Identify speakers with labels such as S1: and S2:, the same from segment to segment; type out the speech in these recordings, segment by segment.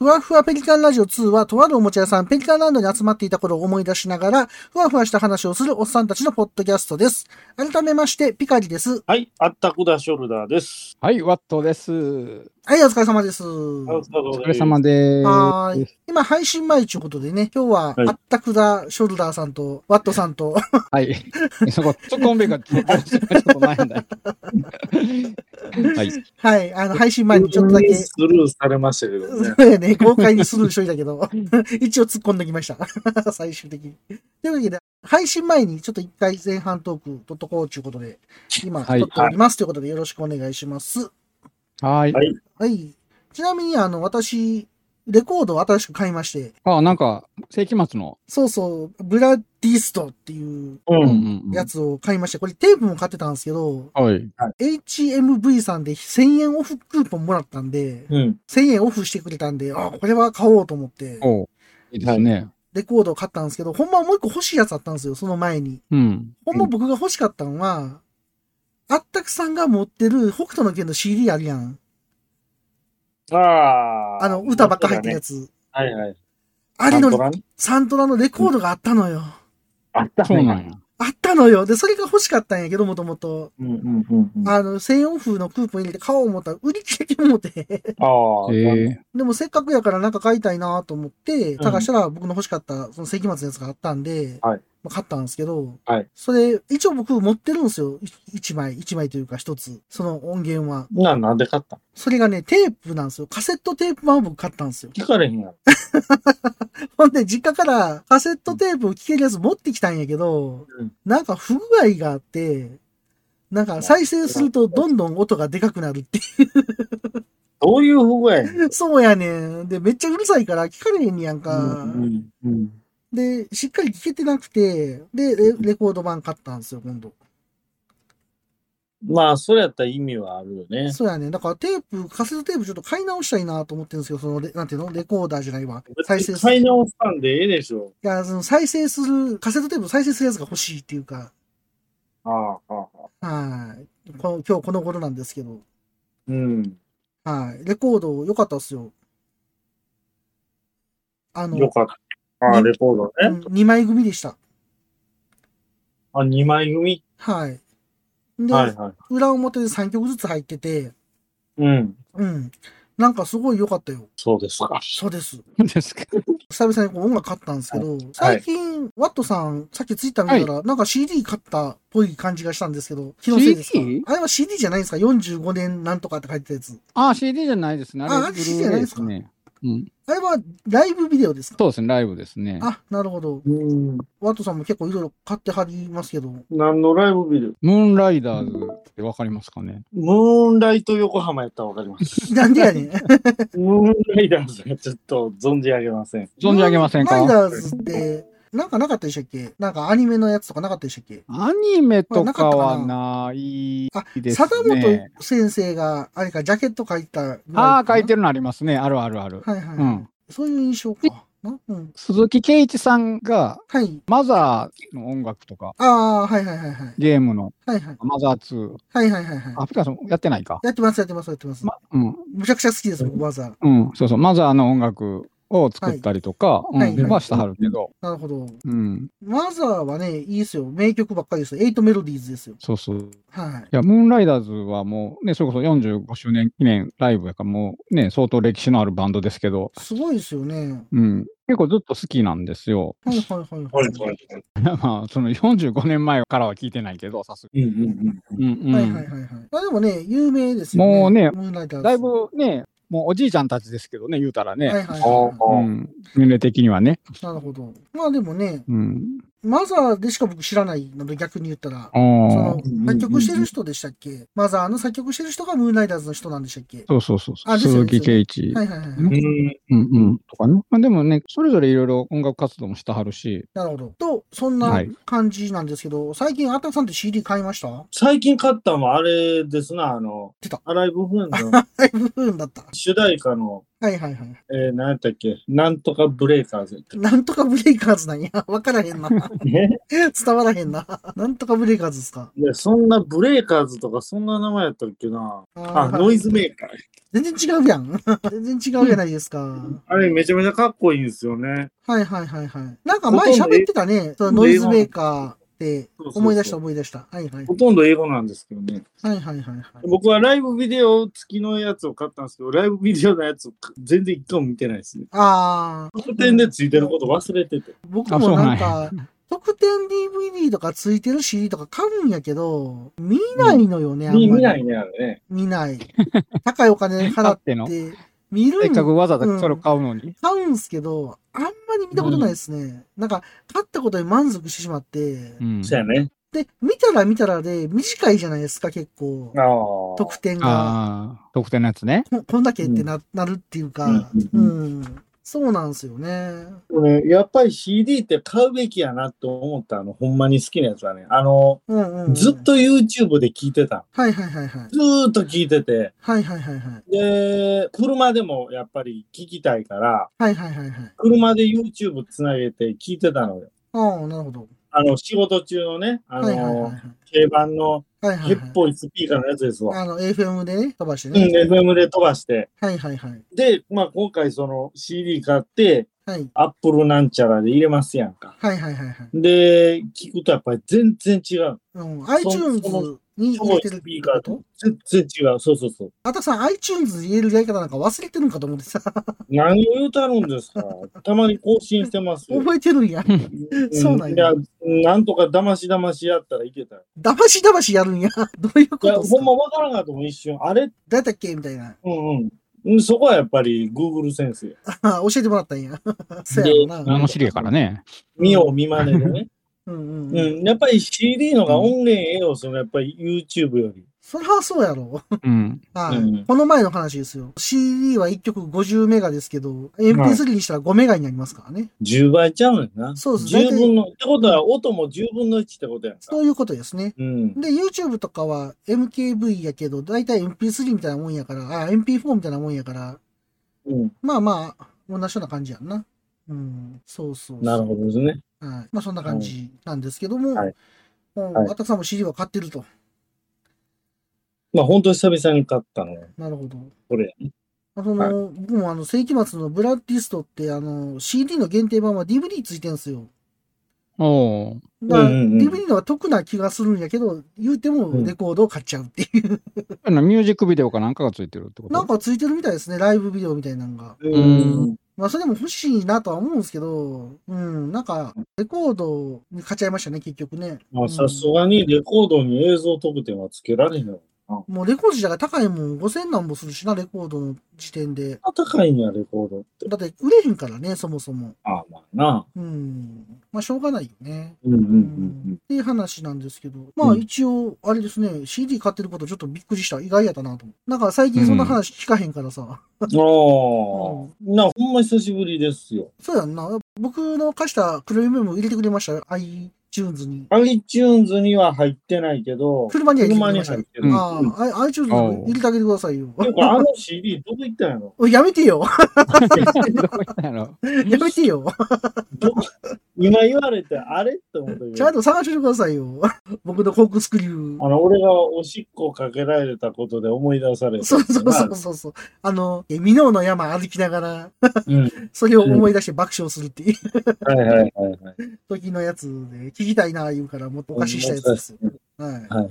S1: わふわペリカンラジオ2は、とあるおもちゃ屋さん、ペリカンランドに集まっていた頃を思い出しながら、ふわふわした話をするおっさんたちのポッドキャストです。改めまして、ピカリです。
S2: はい、あったくだショルダーです。
S3: はい、ワットです。お
S1: はい、お疲れ様です。
S2: お疲
S3: 疲れ様で
S1: はー
S3: ーす。
S1: 今、配信前ということでね、今日は、
S2: はい
S1: あったくだショルダーさんと、ワットさんと、
S3: はい。そこ、ちょっとコンビがちょっと悩んだ。はい。
S1: はい、あの、配信前にちょっとだけ、
S2: スルーされましたけどね。
S1: そうや ね、公開にする一人だけど、一応突っ込んできました。 最終的に。というわけで、配信前にちょっと一回前半トーク取っとこうということで、今
S3: はい
S1: 取っておりますということでよろしくお願いします。
S3: はい
S2: は。い
S1: はい。ちなみに、あの、私、レコードを新しく買いまして、
S3: あ、なんか、世紀末の。
S1: そうそう、ブラディストっていう
S2: う。
S3: うんん
S1: やつを買いまして、これテープも買ってたんですけど、
S3: はい。
S1: HMV さんで1000円オフクーポンもらったんで、
S2: うん。
S1: 1000円オフしてくれたんで、あ、これは買おうと思って。
S3: おういいですね。
S1: レコードを買ったんですけど、ほんまはもう一個欲しいやつあったんですよ、その前に。
S3: うん。
S1: ほんま僕が欲しかったのは、あったくさんが持ってる北斗の拳の CD あるやん。
S2: あー
S1: あの、歌ばっか入ってるやつ。
S2: はいはい。
S1: あれ
S2: サント
S1: の
S2: ラね
S1: サントラのレコードがあったのよ。
S2: あった
S3: そうなんや。
S1: あったのよ。で、それが欲しかったんやけど、もともと。
S2: うんうんうんうん。あ
S1: あの、1000円オフのクーポン入れて買おう思ったら、売り切れてもうて。
S2: あ。
S3: ええ。
S1: でもせっかくやからなんか買いたいなと思って、探したら僕の欲しかった、その世紀末のやつがあったんで、
S2: はい
S1: まあ買ったんですけど、
S2: はい
S1: それ、一応僕持ってるんですよ。い一枚、一枚というか一つ。その音源は。
S2: な、なんで買ったの
S1: それがね、テープなんですよ。カセットテープ版を僕買ったんですよ。
S2: 聞かれへんやろ。
S1: ほんで、実家からカセットテープを聴けるやつ持ってきたんやけど、
S2: うん
S1: なんか不具合があって、なんか再生するとどんどん音がでかくなるって
S2: どういう不具合やねん
S1: そう やねん。で、めっちゃうるさいから聞かれへんねやんか。
S2: うんうん
S1: で、しっかり聞けてなくて、で、レレコード版買ったんですよ、今度。
S2: まあ、それやったら意味はあるよね。
S1: そうやね。だからテープ、カセットテープちょっと買い直したいなと思ってるんですけど、そのレ、なんていうのレコーダーじゃないわ。再生する。い
S2: 才能したんでええでしょ。
S1: や、その再生する、カセットテープを再生するやつが欲しいっていうか、
S2: ああ、ああ。
S1: はい。この今日この頃なんですけど、
S2: うん。
S1: はい。レコード良かったっすよ。あの、
S2: よかった。ああ、レコードね。
S1: 2枚組でした。
S2: あ、2枚組。
S1: はい。で、
S2: はいはい。
S1: 裏表で3曲ずつ入ってて、
S2: うん。
S1: うん。なんかすごい良かったよ。
S2: そうですか。
S1: そうです。
S3: ですか。
S1: 久々にこう音楽買ったんですけど、最近、ワットさん、さっきツイッター見たら、なんか CD 買ったっぽい感じがしたんですけど、気のせいですか
S3: CD？
S1: あれは CD じゃないんですか ?45 年なんとかって書いてたやつ。
S3: あ、CD じゃないですね。
S1: ああ
S3: れ、
S1: れ
S3: ブル
S1: CD じゃな
S3: ーレ
S1: いで
S3: イですす
S1: か
S3: ね。うん。
S1: あれはライブビデオですか
S3: そうですね、ライブですね。
S1: あ、なるほど。
S2: うん。
S1: ワットさんも結構いろいろ買ってはりますけど、
S2: 何のライブビデオ
S3: ムーンライダーズってわかりますかね
S2: ムーンライト横浜やったらわかり ます。
S1: なんでやねん。
S2: ムーンライダーズがちょっと存じ上げません。
S3: 存じ上げませんか
S1: ライダーズって、なんかなかったでしたっけなんかアニメのやつとかなかったでしたっけ
S3: アニメとかはないです
S1: 坂
S3: ね。
S1: 本先生が、あれか、ジャケット書いたぐらいかな
S3: ああ、書いてるのありますね。あるあるある。
S1: はいはい、
S3: う
S1: はい
S3: ん。
S1: そういう印象か。なうん。
S3: 鈴木圭一さんが、
S1: はい。
S3: マザーの音楽とか、
S1: ああ、はいはいはいはい。
S3: ゲームの、
S1: はいはい。
S3: マザー2、
S1: はいはいはいはい。
S3: アフリカさんやってないか。
S1: やってますやってますやってます。
S3: ま、うん、
S1: むちゃくちゃ好きです、僕、わざ。
S3: うん、そうそう、マザーの音楽を作ったりとか、
S1: いはい
S3: うん、
S1: はい
S3: はしてはるけど、
S1: なるほど。
S3: うん、
S1: マザーはね、いいですよ。名曲ばっかりですよ。エイトメロディーズですよ。
S3: そうそう。い
S1: はい。
S3: や、ムーンライダーズはもうね、それこそ45周年記念ライブやから、もうね、相当歴史のあるバンドですけど、
S1: すごいですよね。
S3: うん、結構ずっと好きなんですよ。
S1: はいはいはいはい。
S3: まあ、その45年前からは聞いてないけど、さすが
S2: うんうんうん。
S3: に。うんうん
S1: はいはいはいはい。あでもね、有名ですよね。
S3: もうね
S1: ムーンライダーズ
S3: だいぶね、もうおじいちゃんたちですけどね、言うたらね、
S1: はいはい、
S2: あ
S1: は
S3: うん、年齢的にはね。
S1: い。なるほど。まあでもね、
S3: うん、
S1: マザーでしか僕知らないので、逆に言ったら。
S3: あ
S1: そ
S3: ー
S1: の作曲してる人でしたっけマザーの作曲してる人がムーンライダーズの人なんでしたっけ
S3: そうそうそうそ
S1: あ
S3: う、
S1: ですよ
S3: 鈴
S1: ね
S3: 木圭一、
S1: はいはいはい。
S3: うん
S2: うん。
S3: うんうん、とかね。まあ、でもね、それぞれいろいろ音楽活動もしてはるし、
S1: なるほど。と、そんな
S3: はい
S1: 感じなんですけど、最近、あったくさんって CD 買いました
S2: 最近買ったのはあれですな、あの
S1: 出た、
S2: アライブフーンの
S1: ライブブーンだった。
S2: 主題歌の
S1: はいはいはい。
S2: えー、何やったっけなんとかブレイカーズやったっ
S1: なんとかブレイカーズなんや。 わからへんな。
S2: け。ね
S1: 伝わらへんな。 なんとかブレイカーズですか。
S2: いや、そんなブレイカーズとかそんな名前やったっけな。あ、ノイズメーカー。
S1: 全然違うやん。 全然違うじゃないですか。
S2: あれめちゃめちゃかっこいいんですよね。
S1: はいはいはいはい。なんか前喋ってたね。そのノイズメーカーって
S2: そうそうそう
S1: 思い出した思い出した。はいはい。
S2: ほとんど英語なんですけどね。
S1: はいはいはいはい。
S2: 僕はライブビデオ付きのやつを買ったんですけど、ライブビデオのやつを全然一回も見てないですね。
S1: ああ、
S2: 特典で付いてること忘れてて。
S1: 僕
S3: あ
S1: も
S3: そう
S1: な
S3: なんん
S1: か、特典 DVD とかついてる CD とか買うんやけど、見ないのよね、あんまり
S2: 見見ないね、あれね。
S1: 見ない。高いお金払っ
S3: 買っての
S1: て、見る
S3: せっ
S1: ん
S3: かくわざわざそれを買うのに。
S1: 買うんすけど、あんまり見たことないですね。なんか、買ったことに満足してしまって、
S3: うん。
S2: そうやね。
S1: で、見たら見たらで、短いじゃないですか、結構。
S2: ああ。
S1: 特典が。
S3: ああ、特典のやつね。
S1: ここんだけってな,、なるっていうか、う
S2: うんん、
S1: そうなんですよね。
S2: 俺やっぱり CD って買うべきやなと思ったあの、ほんまに好きなやつはね、あの、
S1: うんうん、うん。
S2: ずっ。と YouTube で聞いてた。
S1: はいはいはいはい。
S2: ずーっと聞いてて、
S1: はいはいはいはい。
S2: で、車でもやっぱり聞きたいから、
S1: はいはいはいはい。
S2: 車で YouTube つなげて聞いてたのよ。
S1: ああ、なるほど。
S2: あの、仕事中のね、あ
S1: はいはいはいはい
S2: の、。軽バンの
S1: はいはい
S2: ヘ
S1: は
S2: っぽいスピーカーのやつです
S1: い。
S2: わ。
S1: あの、AFM でね、飛ばして
S2: うん、
S1: ね。
S2: FM で飛ばして。
S1: はいはいはい。
S2: で、まあ今回その CD 買って、
S1: はい。
S2: Apple なんちゃらで入れますやんか。
S1: はいはいはいはい。
S2: で、聞くとやっぱり全然違う。
S1: うん、iTunes に
S2: しょ
S1: 入
S2: ぼ
S1: れ
S2: い
S1: てるっ
S2: ス
S1: て
S2: ピーカ
S1: こ
S2: ー
S1: と
S2: と全然違う。そうそうそう。
S1: あたさん、iTunes に入れるやり方なんか忘れてるんかと思ってさ、
S2: 何を言うたるんです かたまに更新してますよ。
S1: 覚えてるんや。 そうなんや
S2: や。なんとか騙し騙しやったらいけたよ。
S1: だましだましやるんや。どういう
S2: い
S1: こ
S2: や、
S1: とです
S2: ほん
S1: か
S2: まわからんかったもん、一瞬。あれ
S1: 誰だっけみたいな。
S2: うんうん。そこはやっぱり Google 先生。
S1: あ教えてもらったんや。 そうやろな。
S3: あの知りやからね。
S2: 見よう見まねでね。
S1: うんう。
S2: うんん。やっぱり CD のが音源ええよ、そのやっぱり YouTube より。
S1: そりゃそうやろ。
S3: うん。
S1: はい、
S2: うん
S1: この前の話ですよ。CD は1曲50メガですけど、MP3 にしたら5メガになりますからね。
S2: 10倍ちゃうねんな。
S1: そうです
S2: 10分の。ってことは、音も10分の1ってことやんか。
S1: そういうことですね。
S2: うん。
S1: で、YouTube とかは MKV やけど、だいたい MP3 みたいなもんやから、あ、MP4 みたいなもんやから、
S2: うん。
S1: まあまあ、同じような感じやんな。うん、そうそうそう
S2: なるほどですね。
S1: はい。まあそんな感じなんですけども、
S2: はい
S1: もう、
S2: はい
S1: あたくさんも CD は買ってると。
S2: まあ、本当久々に買ったのよ
S1: なるほど。
S2: これ。
S1: あその、
S2: はい
S1: 僕もあの、世紀末のブラッディストって、あの、CD の限定版は DVD ついてるんですよ。
S3: おー
S1: だから
S2: うんうんうん
S1: DVD のは得な気がするんやけど、言うてもレコードを買っちゃうっていう。
S3: あのミュージックビデオかなんかがついてるってこと。
S1: なんかついてるみたいですね、ライブビデオみたいなのが。
S2: うん
S1: まあ、それでも欲しいなとは思うんですけど、うん、なんか、レコードに買っちゃいましたね、結局ね。
S2: ま
S1: うん
S2: あ、さすがにレコードに映像特典はつけられへんよ。
S1: もうレコード自体が高いもん、5000なんぼするしな、レコードの時点で。
S2: 高いんや、レコードって。
S1: だって、売れへんからね、そもそも。
S2: ああ、まあな。
S1: うん。まあ、しょうがないよね。
S2: うんうんう
S1: うん
S2: ん
S1: っていう話なんですけど、まあ
S2: うん
S1: 一応、あれですね、CD 買ってることちょっとびっくりした、意外やったなと思う。なんか最近そんな話聞かへんからさ、
S2: うん。ああ。な、ほんま久しぶりですよ。
S1: そうやんな。僕の貸した黒いメモ入れてくれましたよ、iTunes に。
S2: iTunes には入ってないけど、
S1: 車には入れて
S2: 車
S1: くれ
S2: に
S1: ました
S2: 入っ
S1: よ。
S2: てる。
S1: あ
S2: うん
S1: あ、あ iTunes に入れてあげてくださいよ。
S2: てかあの CD どこ行ったんやろ
S1: やめて よ
S3: どこ行ったんやろ
S1: やめてよ
S2: ど今言われて、あれって思ったけ
S1: ちゃん
S2: ど。
S1: と探してくださいよ僕のコークスクリュー。
S2: あの、俺がおしっこかけられたことで思い出された。
S1: そうそうそうそうそう。あの、え箕面の山歩きながら、
S2: うん。
S1: それを思い出して爆笑するっていう
S2: はいはいはいはい。
S1: 時のやつで、聞きたいな言うから、もっとおかしいしたやつですよ。はい。
S2: はいはい。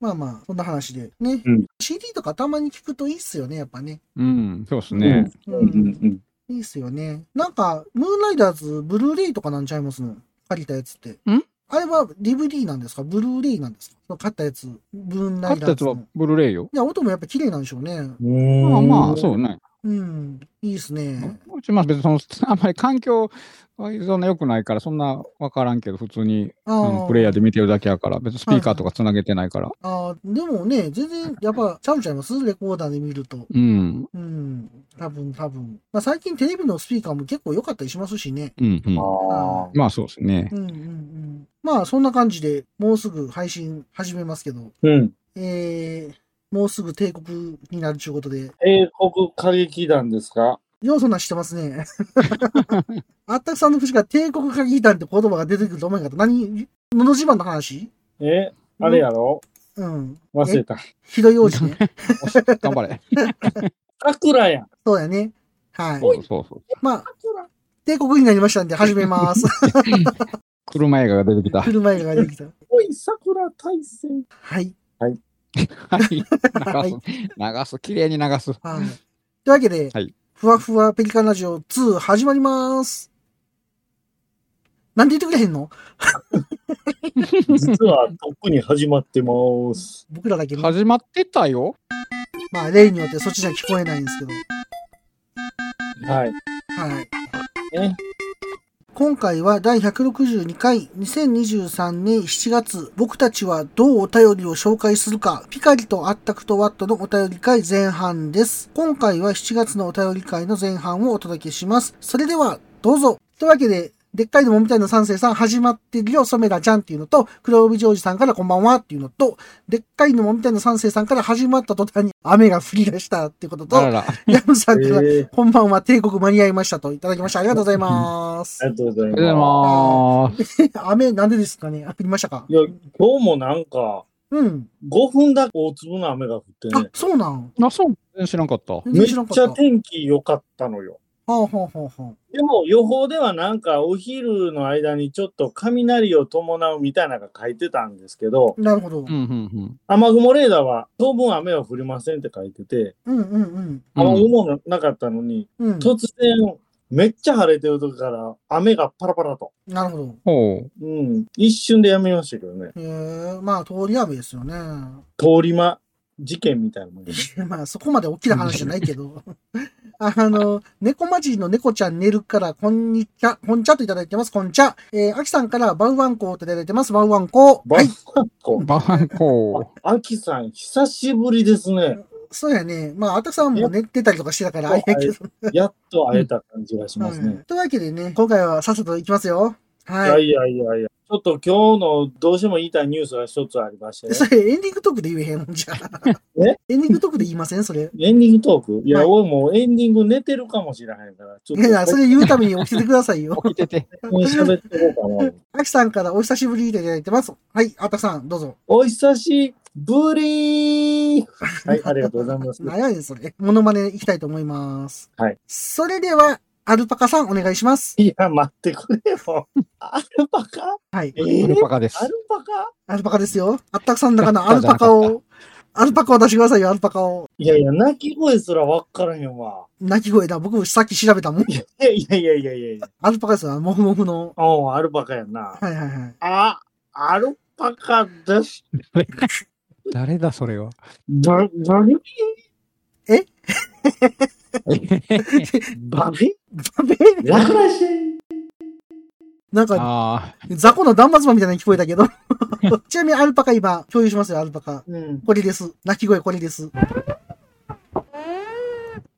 S1: まあまあ、そんな話で。ね。
S2: うん
S1: CD とかたまに聞くといいっすよね、やっぱね。
S3: うん、そうですね。
S2: うんうんうん。
S1: いいっすよね。なんか、ムーンライダーズ、ブルーレイとかなんちゃいますの借りたやつって。
S3: ん
S1: あれは DVD なんですかブルーレイなんですかその買ったやつ。ムーンラ
S3: 買
S1: イ
S3: っ
S1: ダ
S3: た
S1: ーズ
S3: やつ
S1: の。
S3: はブルーレイよ。
S1: いや、音もやっぱ綺麗なんでしょうね。
S3: ま
S2: ま
S3: あまあ、そうね。
S1: うん。いいっすね。
S3: うちまあ別にその、 あんまり環境はそんな良くないから、そんなわからんけど、普通に、
S1: あ
S3: うん、プレイヤーで見てるだけやから、別にスピーカーと
S1: は
S3: かつなげてないから。
S1: あー、でもね、全然、やっぱ、ちゃうちゃいますレコーダーで見ると。
S3: うん、
S1: うん。多分、多分。まあ、最近テレビのスピーカーも結構良かったりしますしね。
S3: うん、うん。
S2: ああ。
S3: まあそうですね。
S1: うんうんうん。まあ、そんな感じでもうすぐ配信始めますけど、
S2: うん。
S1: えー、もうすぐ帝国になるちゅうことで、
S2: 英国歌劇団ですか
S1: ようそんなんしてますね。あったくさんの口から帝国歌劇団って言葉が出てくると思えんかった。何のの自慢の話
S2: えあれやろ
S1: うん。
S2: 忘れた。
S1: ひどい王子ね。
S3: 頑張れ。
S2: 桜やん。
S1: そうやね。はい。
S3: そうそうそう。
S1: まあ、帝国になりましたんで始めます。
S3: 車映画が出て きた。は
S1: 車映画ができた。
S2: おい、桜大戦。
S1: はい。
S3: い。流す。
S1: はい
S3: 流す。綺麗に流す。
S1: はい。というわけで、
S3: はい
S1: ふわふわペリカンラジオ2始まります。なんで言ってくれへんの
S2: 実は、とっくに始まってます。
S1: 僕らだけ、ま
S3: 始まってたよ。
S1: あ、例によってそっちじゃ聞こえないんですけど。
S2: はい。
S1: はい。
S2: ね
S1: 今回は第162回2023年7月僕たちはどうお便りを紹介するかピカリとあったくとワットのお便り会前半です今回は7月のお便り会の前半をお届けしますそれではどうぞというわけででっかいのもみたいな三世さん始まってるよ染田ちゃんっていうのと黒帯ジョージさんからこんばんはっていうのとでっかいのもみたいな三世さんから始まった途端に雨が降り出したってこと
S3: あら
S1: と
S3: ら。
S1: ヤムさ
S2: え
S1: んから
S2: ー、
S1: こんばんは、帝国間に合いましたといただきました。ありがとうございます
S2: あ。りがとうござい
S3: ありがとうござい
S2: ま
S3: ます。
S1: 雨、なんでですかねあ降りましたか
S2: す。いや、今日もなんか、
S1: うん。
S2: 5分だけ大粒の雨が降って
S1: あ
S2: ね、、
S1: そうなん。
S3: あ、そう。全然知らんかった。
S1: 全
S2: め
S1: 然
S2: っ
S1: 知らんか
S2: ちゃ
S1: った。
S2: 天気良かったのよ。
S1: はあ、はあ、はあ、は
S2: でも予報ではなんかお昼の間にちょっと雷を伴うみたいなのが書いてたんですけど、
S1: あ。なるほど
S3: うん。うんうん。
S2: 雨雲レーダーは当分雨は降りませんって書いてて、
S1: うん、うん、うん。
S2: 雨
S3: うん
S2: 雲なかったのに、
S1: うん。
S2: 突然めっちゃ晴れてる時から雨がパラパラと。
S1: なるほど。
S3: ほう。
S2: うん。一瞬でやめましたけどね。
S1: ええまあ、通り雨ですよね。
S2: 通り魔事件みたいなもん ね。
S1: まあ、そこまで大きな話じゃないけど。 あの、猫まじの猫ちゃん寝るから、こんにちは、こんちゃといただいてます、こんちゃ。えー、あきさんからバウワンコといただいてます、バウワンコ。
S2: バイバンコ。
S3: バンコ
S2: あきさん、久しぶりですね。
S1: そうやね。まあ、あたくさんも寝てたりとかしてたから、あれやけど。
S2: やっと会えた感じがします
S1: はい
S2: ね。
S1: というわけでね、今回はさっさといきますよ。
S2: い
S1: は
S2: や
S1: い。
S2: いやいやいや。ちょっと今日のどうしても言いたいニュースが一つありまして、
S1: それエンディングトークで言えへんのじゃあ。
S2: え
S1: エンディングトークで言いませんそれ。
S2: エンディングトークいや、
S1: はい
S2: 俺もうエンディング寝てるかもしれへんから、ちょっ
S1: いやいや、そ
S2: と
S1: れ言うために起きてください よ。
S3: 起きてて。
S2: ここに喋っていこうかな。
S1: あきさんからお久しぶりいただいてます。はい、あたくさん、どうぞ。
S2: お久しぶりはい、ありがとうござ います。
S1: 長いです、それ。モノマネいきたいと思います。
S2: はい。
S1: それでは、アルパカさん、お願いします。
S2: いや、待ってくれよ。アルパカ
S1: はい
S2: え。
S3: アル
S2: ー、
S3: パカです
S2: ア。ルパカ
S1: アルパカですよ。あったくさんの中のア
S3: あ
S1: ル
S3: じゃ
S1: パ
S3: なかった
S1: カを、アルパカを出してくださいよ、アルパカを。
S2: いやいや、鳴き声すらわからへんわ。
S1: 鳴き声だ。僕もさっき調べたもん。
S2: いやいやいやいやいやいや。
S1: アルパカですよ、あのモフモフの。
S2: うん、アルパカやんな。
S1: はいはい はい。
S2: あ、アルパカです。
S3: 誰だ、それは。
S2: だ、だに だに
S1: ダメ
S2: ラクラシ
S1: なんか、
S3: ああ。
S1: 雑魚の断末魔みたいなの聞こえたけど。 ちなみにアルパカ今、共有しますよ、アルパカ。
S2: うん。
S1: これです。鳴き声これです。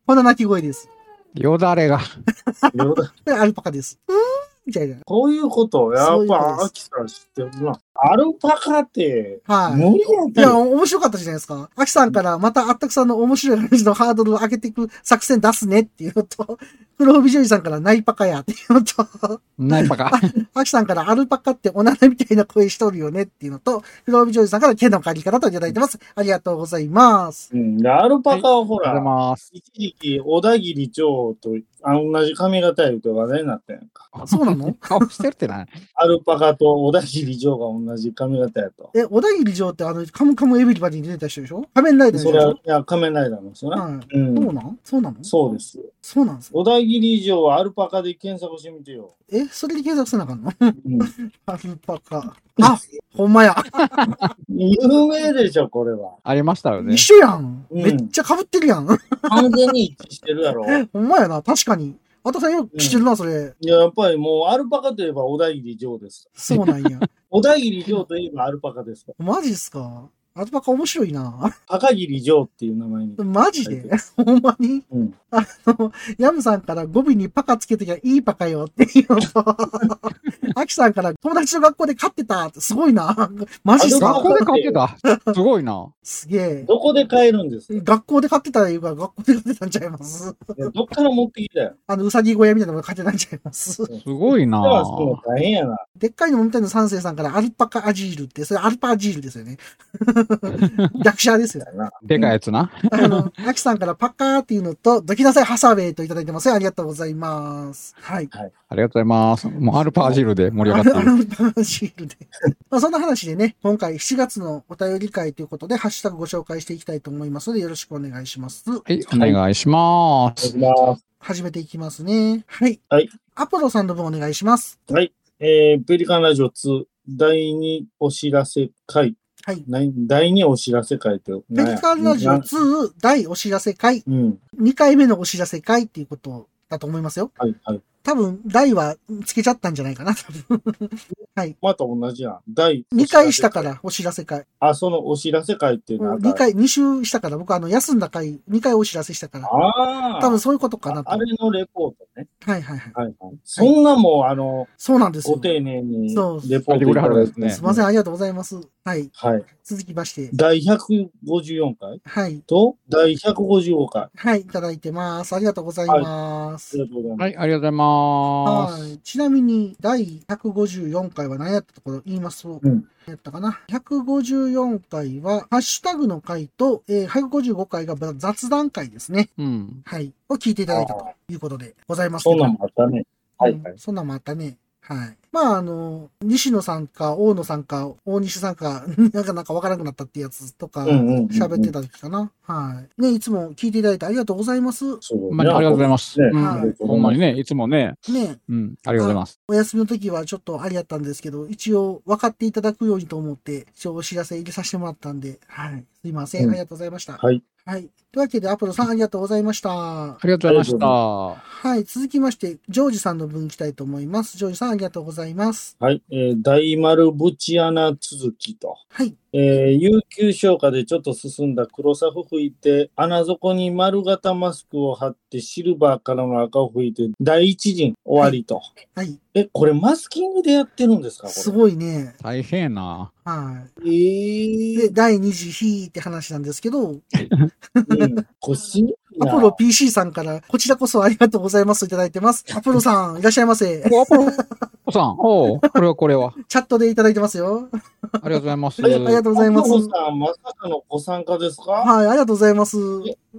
S1: この鳴き声です。
S3: よだれが。
S1: これアルパカです。うーんみたいな。
S2: こういうことをや
S1: そうい
S2: っ
S1: うことです
S2: ぱ、アキさん知ってるな。アルパカって、
S1: はい。
S2: 無理
S1: い
S2: や
S1: や、
S2: っ
S1: 面白かったじゃないですか。アキさんからまたあったくさんの面白い話のハードルを上げていく作戦出すねっていうのと、黒帯ジョージさんからナイパカやっていうのと、
S3: ないパカ。
S1: アキさんからアルパカっておならみたいな声しとるよねっていうのと、黒帯ジョージさんから毛の借り方といただいてます。ありがとうございます。
S2: てうん。でアルパカはほ
S3: おはようござい
S2: ら、
S3: ます。
S2: 一時期、小田切長とあ同じ髪型や言うて話題になったやんか。
S1: そうな の
S3: 顔してるってな。
S2: アルパカと小田切長が同じ髪型やと。
S1: え、小田切城ってあの、カムカムエヴリバディに出てた人でしょ仮面ライダーで
S2: そ
S1: し
S2: れは、
S1: ょ
S2: いや、仮面ライダーなんですよね。
S1: はい。
S2: う。
S1: そうんなんそうなの
S2: そうです。
S1: そうなんです。
S2: 小田切城はアルパカで検索してみてよ。
S1: え、それで検索せなあかんの
S2: うん
S1: アルパカ。あ、ほんまや。
S2: 有名でしょ、これは。
S3: ありましたよね
S1: 一。緒やん。
S2: うん
S1: めっちゃ被ってるやん。
S2: 完全に一致してるやろ。い
S1: ほんまやな。確かに。あたさんよく知ってるな、それ。
S2: や、やっぱりもうアルパカといえば小田切城です。
S1: そうなんや。
S2: 小田切城といえばアルパカです。
S1: マジっすか。アルパカ面白いな。
S2: 赤桐城っていう名前に。
S1: マジでほんまに
S2: うん。
S1: ヤムさんから語尾にパカつけてきゃいいパカよっていうのと、 アキさんから友達の学校で飼ってたってすごいな。マジっす
S2: あ
S1: か
S3: 学校で買ってた。すごいな。
S1: すげえ。
S2: どこで買えるんですか
S1: 学校で飼ってたいうか、学校で飼ってたんちゃいます
S2: いやどっから持ってきたよ。
S1: あの、うさぎ小屋みたいなのが飼ってたんちゃいます
S3: すごい
S2: だ。
S3: な
S2: からそう大変やな。
S1: でっかいのみたいな三世さんからアルパカアジールって、それアルパアジールですよ ね。逆者ですよ。
S2: だな
S3: でかいやつな。
S1: あの、アキさんからパカーっていうのと、どきなさいハサウェイといただいてます。ありがとうございます。はい。
S3: ありがとうございます。もうアルパージールで盛り上 がってる。
S1: シールで。まあそんな話でね、今回7月のお便り会ということで、ハッシュタグご紹介していきたいと思いますので、よろしくお願いします。
S3: はい、お願いし
S2: お
S3: ま
S2: 願い
S3: す
S2: し。ます。
S1: 始めていきますね。はい。
S2: はい。
S1: アポロさんの分お願いします。
S2: えーペリカンラジオ2、第2お知らせ会。
S1: はい
S2: な。第2お知らせ会って。
S1: ペリカンラジオ
S2: なんや
S1: 2第お知らせ会、
S2: うん。
S1: 2回目のお知らせ会っていうことだと思いますよ。
S2: はいはい。
S1: 多分、台はつけちゃったんじゃないかな。多分はい。
S2: また同じやん。第。
S1: 2回したかららお知らせ会。
S2: あ、そのお知らせ会ってなんか。
S1: 2。回、2週したから、僕あの、休んだ回、2回お知らせしたから。
S2: ああ。
S1: 多分そういうことかなと。
S2: あれのレポートね。
S1: はいはいはい。
S2: はいはい。そんなもう、あの、
S1: そうなんです
S2: ご
S1: よ。
S2: 丁寧に
S1: そう
S2: レポートいただいて。
S3: ね
S1: すいません、ありがとうございます。はい。
S2: はい。
S1: 続きまして、
S2: 第154回
S1: はい。
S2: と第155回。あ
S1: はい、いただいてます。ありがとうございます。
S2: りがとうございます。
S3: はい、ありがとうございま
S1: は
S3: す。
S1: い。ちなみに、第154回は何やったところ言いますと、
S2: うん
S1: 何やったかな。154回は、ハッシュタグの回と、えー、155回が雑談回ですね。
S3: うん。
S1: はい。を聞いていただいたと
S2: あ
S1: いうことでございますけ
S2: そ
S1: ど
S2: んなんもあったね。はいは
S1: う
S2: い
S1: ん。そんなんもあったね。はい。まあ、あの、西野さんか、大野さんか、大西さんか、 なんか、なんかわからなくなったってやつとか、
S2: うんうんうんうん
S1: 喋ってた時かな。はい。ね、いつも聞いていただいてありがとうございます。
S2: すご
S3: ほ
S2: いな
S3: んまにありがとうございます。
S2: ね
S3: うんほんまにね、いつもね、
S1: ね、
S3: うん、ありがとうございます。
S1: お休みの時はちょっとありやったんですけど、一応分かっていただくようにと思って、一応お知らせ入れさせてもらったんで、はい。すいません。
S2: うん
S1: ありがとうございました。
S2: はい。
S1: はい。というわけで、アポロさんありがとうございました。
S3: ありがとうございまし
S1: はい。続きまして、ジョージさんの分いきたいと思います。ジョージさんありがとうございます。
S2: はい。えー大丸ブチ穴続きと。
S1: はい。
S2: えー有給消化でちょっと進んだ黒さを吹いて、穴底に丸型マスクを貼って、シルバーからの赤を吹いて、第一陣終わりと。
S1: はい。
S2: え、これマスキングでやってるんですか
S1: す
S2: こ
S1: ごいね。
S3: た。大変やな。
S1: はい。
S2: れ。え
S1: で、第2次ひーって話なんですけど、
S2: うん、これすごい
S1: ア
S2: な
S1: ポロ PC さんから、こちらこそありがとうございますといただいてます。アポロさん、いらっしゃいませ。
S3: お、アポロさん、おうこれはこれは。
S1: チャットでいただいてますよ。
S3: ありがとうございます。
S1: ありがとうございま
S2: ア
S1: す
S2: ポ。ロさん、まさかのご参加ですか
S1: はい、ありがとうございます。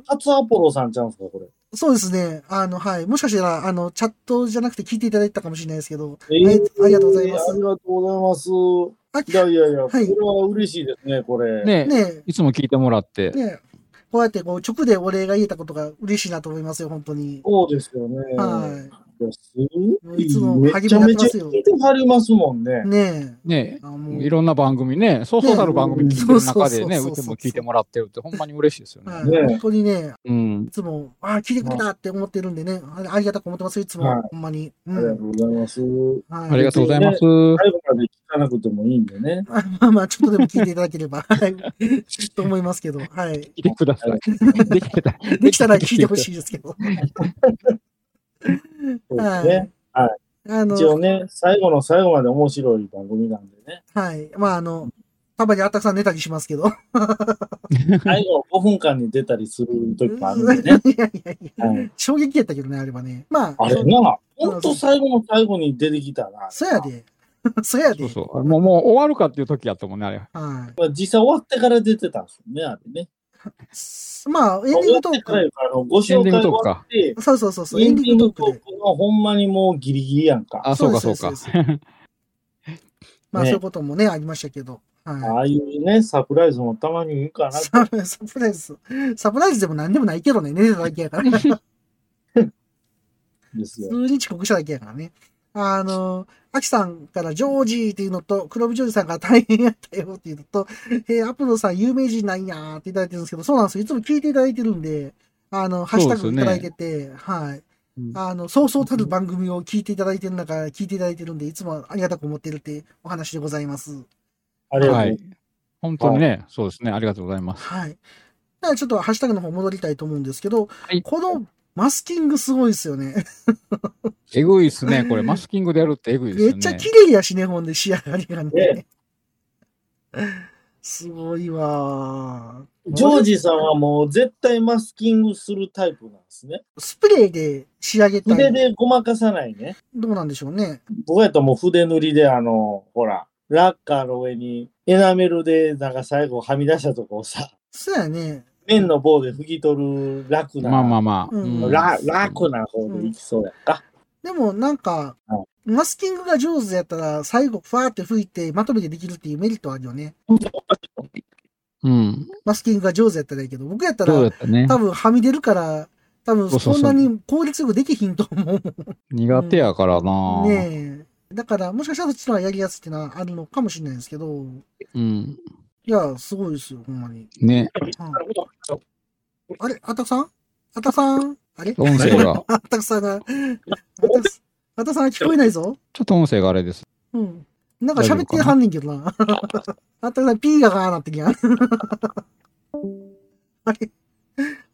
S2: 初アポロさんちゃうんですかこれ。
S1: そうですね。あの、はい。もしかしたら、あの、チャットじゃなくて聞いていただいたかもしれないですけど、
S2: え
S1: ありがとうございます
S2: ありがとうござ
S1: あ
S2: います。いやいやいや、
S1: はい
S2: これは嬉しいですね、これ。
S3: ね、
S1: ね
S3: いつも聞いてもらって
S1: え、。ねえ、こうやってこう直でお礼が言えたことが嬉しいなと思いますよ、本当に。
S2: そうですよね。
S1: はい
S2: やすごい
S1: いつも
S2: め
S1: 励
S2: ち
S1: み
S2: ゃ
S1: になってま
S2: めちゃ
S1: すよ
S2: 聞いてはりますもんね。
S1: ね
S3: ね
S1: え。、あも
S3: いろんな番組ね、そうそうたる番組聞いてる中でね、
S1: そううそうそうそう
S3: ちも聞いてもらってるって、ほんまに嬉しいですよ
S1: は
S3: ね。
S1: い、
S2: ねえ
S1: 本当にね、
S3: うん
S1: い。つも、ああ、聞いてくれたって思ってるんでね、あありがたく思ってますよ、いつも、
S2: はい
S1: ほんまに。う
S2: ありが
S1: ん
S2: と。うございます。
S1: はい
S3: ありがとうございます。
S2: 最後まで聞かなくてもいいんでね。
S1: あ まあまあ、ちょっとでも聞いていただければ、はい、と思いますけど、はい。
S3: 聞いてくださ。
S2: はい
S3: できてた。
S1: できたら聞いてほしいですけど。
S2: そうですね。
S1: あ
S2: 一応
S1: の、
S2: ね、最後の最後まで面白い番組なんでね。
S1: はい。まあ、あの、たまにあったくさん寝たりしますけど。
S2: 最後5分間に出たりする時もあるんでね。
S1: いやいやいや、
S2: はい
S1: 衝撃やったけどね、あれはね。まあ、
S2: あれな、ほんと最後の最後に出てきたな。
S1: そやで。 そや
S3: そ
S1: で
S3: う。そう。あれもう、もう終わるかっていう時やったもんね、あれ。
S1: はい
S2: まあ。実際終わってから出てたんですよね、あれね。
S1: す。まあ、エンディ
S2: 終
S1: ン
S2: わ
S1: グ
S2: っ
S1: ト
S2: て
S1: ー
S2: から
S1: ク。
S2: いうか、あの、ご
S3: エ
S2: 紹
S3: ンデ
S2: 介
S3: ィングトーク
S2: 終わ
S3: か
S2: っ。て、
S1: そうそうそうそう、エ
S2: エ
S1: ン
S2: ン
S1: デ
S2: デ
S1: ィ
S2: ィ
S1: ン
S2: ン
S1: グ
S2: グ
S1: ト
S2: ト
S1: ーク
S2: ー
S1: で。
S2: クのほんまにもうギリギリやんか。
S3: あ、そうか、そう
S1: そう
S3: か
S1: で。すそうまあ、
S2: ね
S1: そういうこともね、ありましたけど。
S2: あ
S1: は
S2: あいうね、サプライズもたまにいいか
S1: い。
S2: な。
S1: サプサプライズ。サプライズでも何でもないけどね、寝てただけやから。
S2: ですよ。
S1: 普通に遅刻しただけやからね。あの、アキさんからジョージーっていうのと、黒部ジョージさんから大変やったよっていうのと、えーアプロさん有名人なんやーっていただいてるんですけど、そうなんですよ。いつも聞いていただいてるんで、あの、ハッシュタグいただいてて、はい。
S3: うん
S1: あの、そうそうたる番組を聞いていただいてる中、聞いていただいてるんで、いつもありがたく思ってるってお話でございます。
S2: ありがとうござ
S3: はいい
S2: ます。。
S3: 本当にね、そうですね。ありがとうございます。
S1: はい。ではちょっとハッシュタグの方戻りたいと思うんですけど、
S3: い
S1: このマスキングすごいですよね。
S3: えぐいっすね。これ、マスキングでやるってえぐいです
S1: め
S3: よ
S1: っ
S3: ね。
S1: ちゃ綺麗やしね、ほんで仕上がりがね
S2: ね。
S1: すごいわ
S2: ジョージさんはもう絶対マスキングするタイプなんですね。
S1: ー。スプレーで仕上げた
S2: 筆
S1: い。
S2: でごまかさないね。
S1: どうなんでしょうね。
S2: 僕やともう筆塗りであの、ほら、ラッカーの上にエナメルでなんか最後はみ出したとこをさ、
S1: そうやね。
S2: 面の棒で拭き取る楽な、
S3: まあまあまあ。
S1: うん
S3: うん
S2: ラ楽な方でいきそうやんか。
S1: でもなんか
S2: は、
S1: マスキングが上手やったら、最後、ふわーって吹いて、まとめてできるっていうメリットあるよね。
S3: うん。
S1: マスキングが上手やったらいいけど、僕やった
S3: そうだ
S1: ら
S3: っ、たね。
S1: 多分はみ出るから、多分
S3: そうそう
S1: そ
S3: そ
S1: ん
S3: う
S1: なに効率よくできひんと思
S3: 苦手やからな
S1: う。ねえ。だから、もしかしたらそっちの方がやりやすいってのはあるのかもしれないですけど、
S3: うん。
S1: いや、すごいですよ、ほんまに。
S3: ね。
S1: はいあれ、あたくさんあたくさんあれ
S3: 音声 が。
S1: あたくさんが、あたくさんあたくさんが聞こえないぞ。
S3: ちょっと音声があれです。
S1: うん。なんか喋ってはんねんけどな。あたくさん、ピーがガーなってきやん。あれ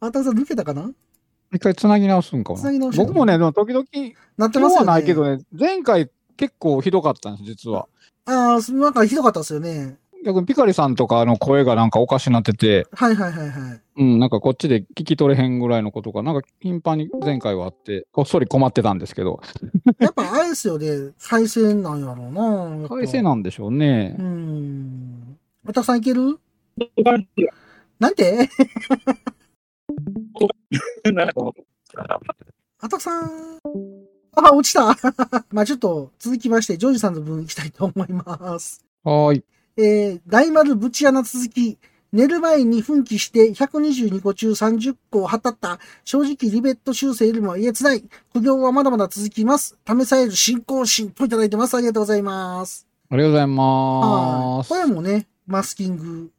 S1: あたくさん抜けたかな
S3: 一回つなぎ直すんかもな
S1: 繋ぎ直しよう
S3: 僕もね、でも時々、
S1: なって
S3: 今
S1: ますよ
S3: 日は
S1: ね。
S3: ないけどね、前回結構ひどかったんです、実は。
S1: ああ、なんかひどかったですよね。
S3: 逆にピカリさんとかの声がなんかおかしなってて、
S1: はいはいはいはい。
S3: うん、なんかこっちで聞き取れへんぐらいのことが、なんか頻繁に前回はあって、こっそり困ってたんですけど、
S1: やっぱあれですよね。再生なんやろうな。
S3: 改正
S1: な。
S3: なんでしょうね
S1: う。ん。あたくさんいけるなんてあたくさん。あ、落ちた。 まあちょっと続きまして、ジョージさんの分いきたいと思います。
S3: はーい。
S1: えー、大丸ぶち穴続き。寝る前に奮起して122個中30個をはたった。正直リベット修正よりもえげつない。苦行はまだまだ続きます。試される信仰心といただいてます。ありがとうございます。
S3: ありがとうござ
S1: は
S3: いま
S1: い。
S3: す。
S1: これもね、マスキング。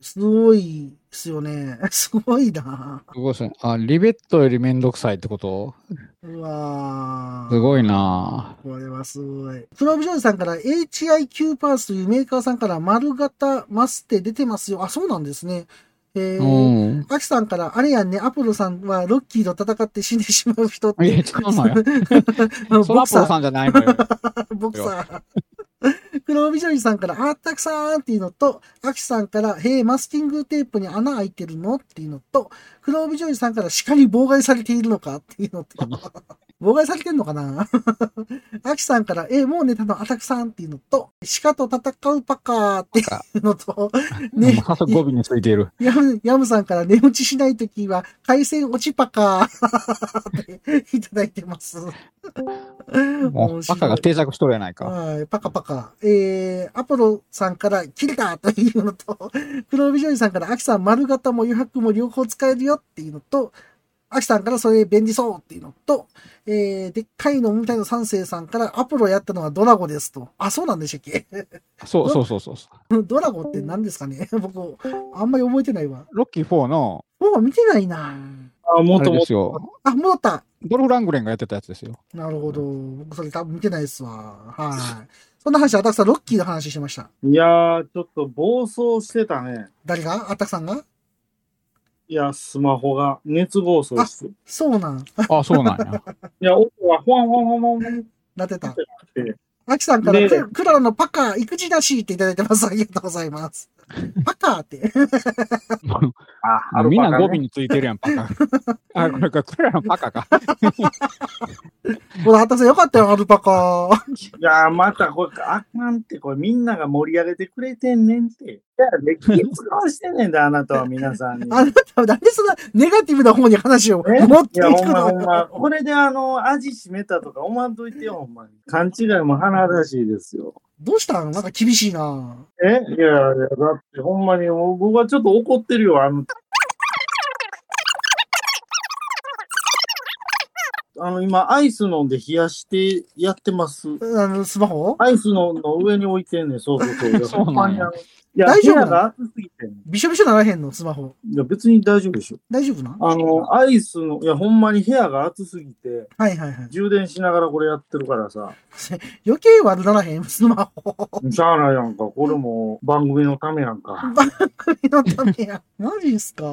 S1: すごいですよね。 すごいな。
S3: すごいですね。あ、リベットよりめんどくさいってこと
S1: うわー
S3: すごいな
S1: これはすごい。黒ビジョージさんから HIQ パースというメーカーさんから丸型マスって出てますよ。あ、そうなんですね。え
S3: ぁ。
S1: ー、
S3: うん。
S1: アキさんから、あれやんね、アポロさんはロッキーと戦って死んでしまう人って。
S3: いや違うの
S1: ボ
S3: よ そら
S1: ク
S3: プロ
S1: サ
S3: さんじゃないのよ。
S1: ー、ボクサー。 黒ビジョージさんから、あったくさんっていうのと、アキさんから、へえ、マスキングテープに穴開いてるのっていうのと、黒ビジョージさんから、鹿に妨害されているのかっていうのと、妨害されてんのかな アキさんから、え、もう寝たのアタクさんっていうのと、鹿と戦うパカーっていうのと、 ね
S3: もう早速語尾についている。
S1: ヤム、ヤムさんから寝落ちしないときは、回線落ちパカーっていただいてます。
S3: もう、バカが定着しとるやないか。
S1: はい、パカパカ。えー、アポロさんから切れたというのと、 黒帯ジョージさんからアキさん丸型も余白も両方使えるよっていうのと、アキさんからそれ便利そうっていうのと、えー、でっかいのみたいの三世さんからアポロやったのはドラゴですと。あ、そうなんでしたっけ
S3: そうそうそうそう。
S1: ドラゴって何ですかね 僕、あんまり覚えてないわ。
S3: ロッキー4の、
S1: もう見てないな
S2: あ、も
S3: あ
S2: っと
S3: れ
S2: も
S3: で
S2: っ
S3: すよ。
S1: あ、戻った。
S3: ドルフ・ラングレンがやってたやつですよ。
S1: なるほど。僕それ多分見てないっすわ。はい。そんな話、アタクさん、ロッキーの話してました。
S2: と。いやー、ちょっと暴走してたね。
S1: 誰がアタクさんが
S2: いや、スマホが熱暴走して。い
S1: そうなん。
S3: あ、そうなんや。
S2: や、音がほわんほわんほわんほわんっ
S1: なってた。
S2: て。
S1: アキさんから
S2: ねえ
S1: ク、クララのパカ、育児なしっていただいてます。ありがとうございます。パカって。
S2: あ
S3: あみんな語尾
S2: ね
S3: についてるやん、パカ。 あ、これか、これらのパカか。
S1: ほら、アタクさんよかったよ、アルパカ。
S2: いやー、またこれ、あかんって、これみんなが盛り上げてくれてんねんって。いや、 歴史をしてんねんだ、あなたは皆さんに。
S1: あなた、なんでそんなネガティブな方に話を
S2: え
S1: 持ってい
S2: いや、ほ
S1: く
S2: んまほん
S1: の
S2: ま。これであの、味しめたとか思わんといてよ、ほんまに。勘違いも甚だしいですよ。
S1: どうしたんなんか厳しいな
S2: えいやいや、だってほんまに、もう僕はちょっと怒ってるよ、あの。あの、今、アイス飲んで冷やしてやってます。
S1: あの、スマホ
S2: アイスのの上に置いてんねん、そう そうそう。
S3: そうなんや
S2: いや、
S1: 大
S2: 大
S1: 丈夫
S2: 丈夫
S1: なの
S2: が熱すぎてんねん
S1: びしょびしょならへんの、スマホ。
S2: いや、別に大丈夫でしょ。
S1: 大丈夫なんは
S2: あの、アイスの、いや、ほんまに部屋が暑すぎて、
S1: いはいはい。
S2: 充電しながらこれやってるからさ、
S1: 余計悪ならへん、スマホ。
S2: しゃあないやんか、これも番組のためやんか。
S1: 番組のためや。マジっすか。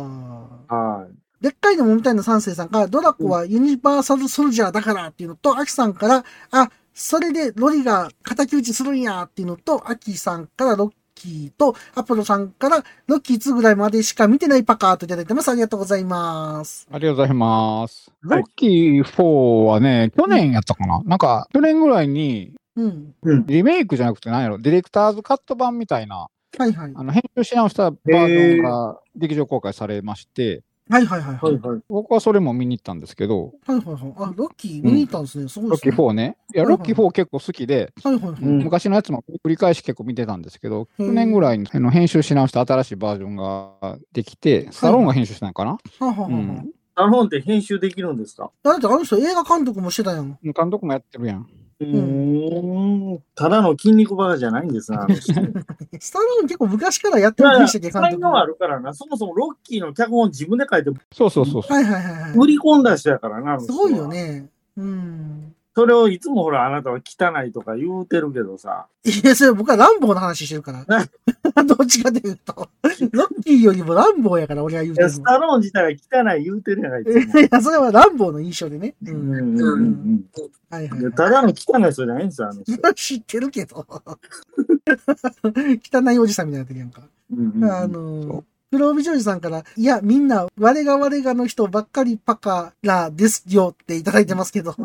S2: は
S1: でっかいのもみたいな三世さんから、ドラコはユニバーサルソルジャーだからっていうのと、アキさんから、あ、それでロリが敵討ちするんやっていうのと、アキさんからロッキーと、アポロさんから、ロッキー2ぐらいまでしか見てないパカーといただいてます。ありがとうございます。
S3: ありがとうございます。
S2: は
S3: ロ
S2: い
S3: ッキー4はね、去年やったかな、なんか、去年ぐらいに、
S1: うん。
S3: リメイクじゃなくて何やろ、ディレクターズカット版みたいな、
S1: はいはい。
S3: あの編集し直したバージョンが劇場公開されまして、
S1: はいはいはい
S2: い。は
S1: はいい。
S2: はい。
S3: 僕はそれも見に行ったんですけど、
S1: はいはいはい。あ、ロッキー見に行ったんですね。すごいで
S3: ロッ
S1: す
S3: キ
S1: ね。
S3: ー4ね。いや、
S1: はいは
S3: ロ
S1: い
S3: ッキー4結構好きで、
S1: はいはいはい。
S2: うん
S3: 昔のやつも繰り返し結構見てたんですけど、
S1: うん
S3: 去年ぐらいにあの編集し直した新しいバージョンができて、スタローンが編集したのかな、
S1: はあはあはあ
S3: う
S1: は
S3: ん
S2: あの本って編集できるんですか
S1: あ。だってあの人映画監督もしてたやん。
S3: 監督もやってるやん。
S2: うーん。ただの筋肉バカじゃないんですな、 あの人。
S1: スタローン結構昔からやってるん
S2: だか
S1: で
S2: ら
S1: したっけ、監
S2: 才
S1: 督。
S2: 能あ
S1: は
S2: るからな、そもそもロッキーの脚本自分で書いて
S3: そうそうそうそう。
S1: いはいはいはい。
S2: 売り込んだ人やからな、あの
S1: す
S2: 人
S1: ご
S2: は
S1: いよ。ね。うん。
S2: それをいつもほら、あなたは汚いとか言うてるけどさ。
S1: いや、それ僕はランボーの話してるから。 どっちかというと。ロッキーよりもランボーやから、俺は言う
S2: い
S1: て
S2: や、
S1: る
S2: ス
S1: の。
S2: タローン自体が汚い言うてるやないつも
S1: いや、それはランボーの印象でね。う。
S2: うんんうんうん
S1: はいは
S2: うん
S1: い、
S2: い
S1: は
S2: やただの汚い人じゃないんですよ、あの人。
S1: い。知ってるけど。 汚いおじさんみたいになってるやんか。
S2: うんうんうん
S1: あの
S3: そ
S1: ー、黒帯ジョージさんから、いや、みんな、我が我がの人ばっかりパカラですよっていただいてますけ ど、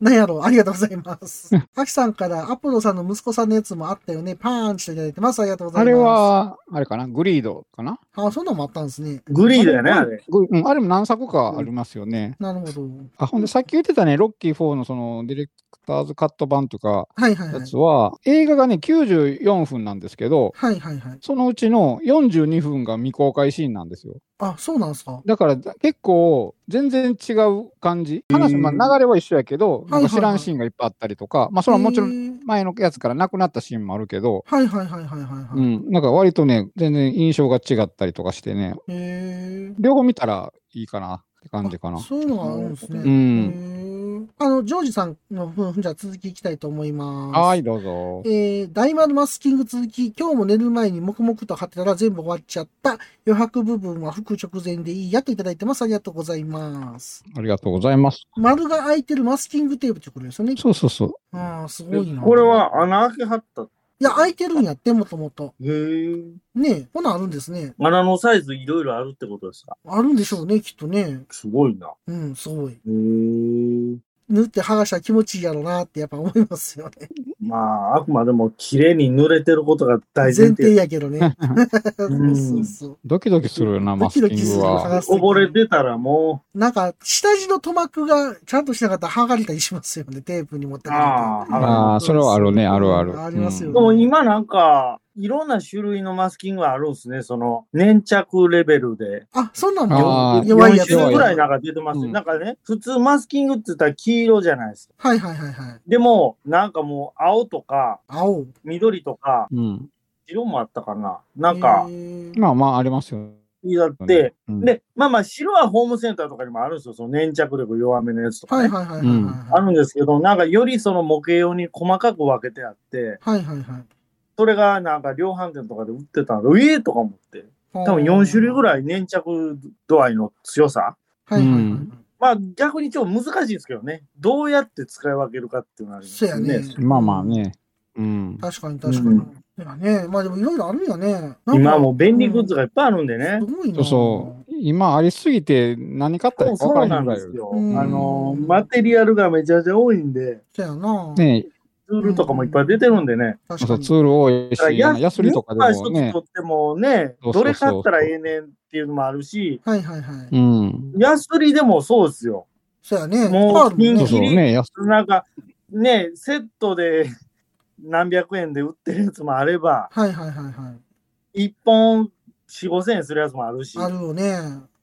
S1: なんやろう、ありがとうございます。アキさんから、アポロさんの息子さんのやつもあったよね、パーンチといただいてます。ありがとうござ
S3: あ
S1: います。
S3: れ、は、あれかなグリードかな
S1: あ、そんなのもあったんですね。
S2: グリーだよね、あれ。
S3: グうんあれも何作かありますよね。
S1: なるほど。
S3: あ、ほんでさっき言ってたね、ロッキー4のそのディレクターズカット版とか
S1: はいはいは
S3: や
S1: い。
S3: つは、映画がね、94分なんですけど、
S1: はいはいはい。
S3: そのうちの42分が未公開シーンなんですよ。
S1: あ、そうなんですか。
S3: だからだ結構全然違う感じ。話の、まあ、流れは一緒やけど、
S1: はいはいはい
S3: なんか知らんシーンがいっぱいあったりとか、まあそれはもちろ
S1: へ
S3: ん
S1: ー
S3: 前のやつからなくなったシーンもあるけど、
S1: はいはいはいはいはいは
S3: う
S1: い。
S3: ん、なんか割とね、全然印象が違ったりとかしてね、
S1: へえ。
S3: 両方見たらいいかなって感じかな
S1: あ。そういうのがあるんですね。
S2: う
S1: へーあの、ジョージさんの分、じゃあ続きいきたいと思います。
S3: はい、どうぞ。
S1: えー、大丸マスキング続き、今日も寝る前に黙々と貼ってたら全部終わっちゃった。余白部分は服直前でいいやといただいてます。ありがとうございます。
S3: ありがとうございます。
S1: 丸が空いてるマスキングテープってことですよね。
S3: そうそうそう。
S1: ああ、すごいな。
S2: これ。は穴開けはった。へ
S1: いや、空いてるんやって、もともと。
S2: え。
S1: ねえ、こんなんあるんですね。
S2: 穴のサイズいろいろあるってことですか。
S1: あるんでしょうね、きっとね。
S2: すごいな。
S1: うん、すごい。
S2: へえ。
S1: 縫って剥がしたら気持ちいいやろなってやっぱ思いますよね。
S2: まあ、あくまでも綺麗に濡れてることが大
S1: 前
S2: 前
S1: 提
S2: 提。
S1: やけどね。そうそうそう。
S3: ドキドキするよな、マスキ
S1: ドキドキ
S3: ン
S1: す
S3: グ
S1: る
S3: は。
S1: な
S2: 溺れてたらも
S1: なんか、下地の塗膜がちゃんとしなかったら剥がれたりしますよね、テープに持ってかれて
S2: ああ
S3: ああ、それはあるね、あるあ
S1: う
S3: る。
S1: んありますよ
S2: う、
S1: ね
S2: でも今なんか、いろんな種類のマスキングがあるんですね。その、粘着レベルで。
S1: あ、そんなん
S3: あ
S1: だ
S3: ー
S1: 弱いやつ。
S2: 4
S1: は
S2: 種類
S1: い
S2: ぐ
S1: は
S2: らい
S1: い
S2: なんか出てますよ、
S3: うん
S2: なんかね、普通マスキングって言ったら黄色じゃないですか。
S1: はいはい。
S2: でも、なんかもう青とか
S1: 青。
S2: 緑とか
S3: うん。
S2: 白もあったかな。なんか
S1: へ、ー
S3: まあまあ、ありますよ
S2: だっ
S3: ね。
S2: て、
S3: うん、
S2: で、まあまあ白はホームセンターとかにもあるんですよ。その粘着力弱めのやつとか、ね
S1: はいはいはいはいはい。
S3: うん
S2: あるんですけど、なんかよりその模型用に細かく分けてあって、
S1: はいはいはい。
S2: それがなんか量販店とかで売ってたので、ええとか思って。多分4種類ぐ
S1: い。
S2: らい粘着度合いの強さ。
S1: はいはいはいう
S2: まあ逆にちょっと難しいですけどね。どうやって使い分けるかっていうのはあります
S1: そうやね。
S3: まあまあ。ね。うん。
S1: 確かに確か
S2: う
S1: に
S2: ん。
S1: いやね、まあでもいろいろあるんやね。なんか
S2: 今もう便利グッズがいっぱいあるんでね
S1: す。ごいな。
S3: そうそう。今ありすぎて何買っ
S2: そ
S3: たら
S2: う
S3: 分
S2: そ
S3: か
S2: う
S3: らへ
S2: なんん
S3: ぐら
S2: で
S3: い
S2: す
S3: よ。
S2: よ。
S1: うん
S2: あの、マテリアルがめちゃめちゃ多いんで、
S1: そうやな。
S3: ね
S2: ツールとかもいっぱい出てるんでね。
S1: 確
S3: そ
S1: か
S3: う
S1: に
S3: ツ。ール多い
S2: だから
S3: し、あのヤスリとかでも
S2: やっぱ一つ
S3: ね。
S2: 取ってもね、
S3: そうそ
S2: ど
S3: うそう
S2: れ買ったらええねんっていうのもあるし、
S1: はいはいはい。
S3: うん。
S2: ヤスリでもそうですよ。
S1: そうやね。
S2: もう
S1: いっぱいあるん
S2: ピ
S1: ね
S3: そう
S2: ンキ
S3: そう
S2: リ
S3: ね。ヤス
S2: なんか、ね、セットで何百円で売ってるやつもあれば、
S1: はいはいはいはい。
S2: 一本四五千円するやつもあるし、
S1: あるよね。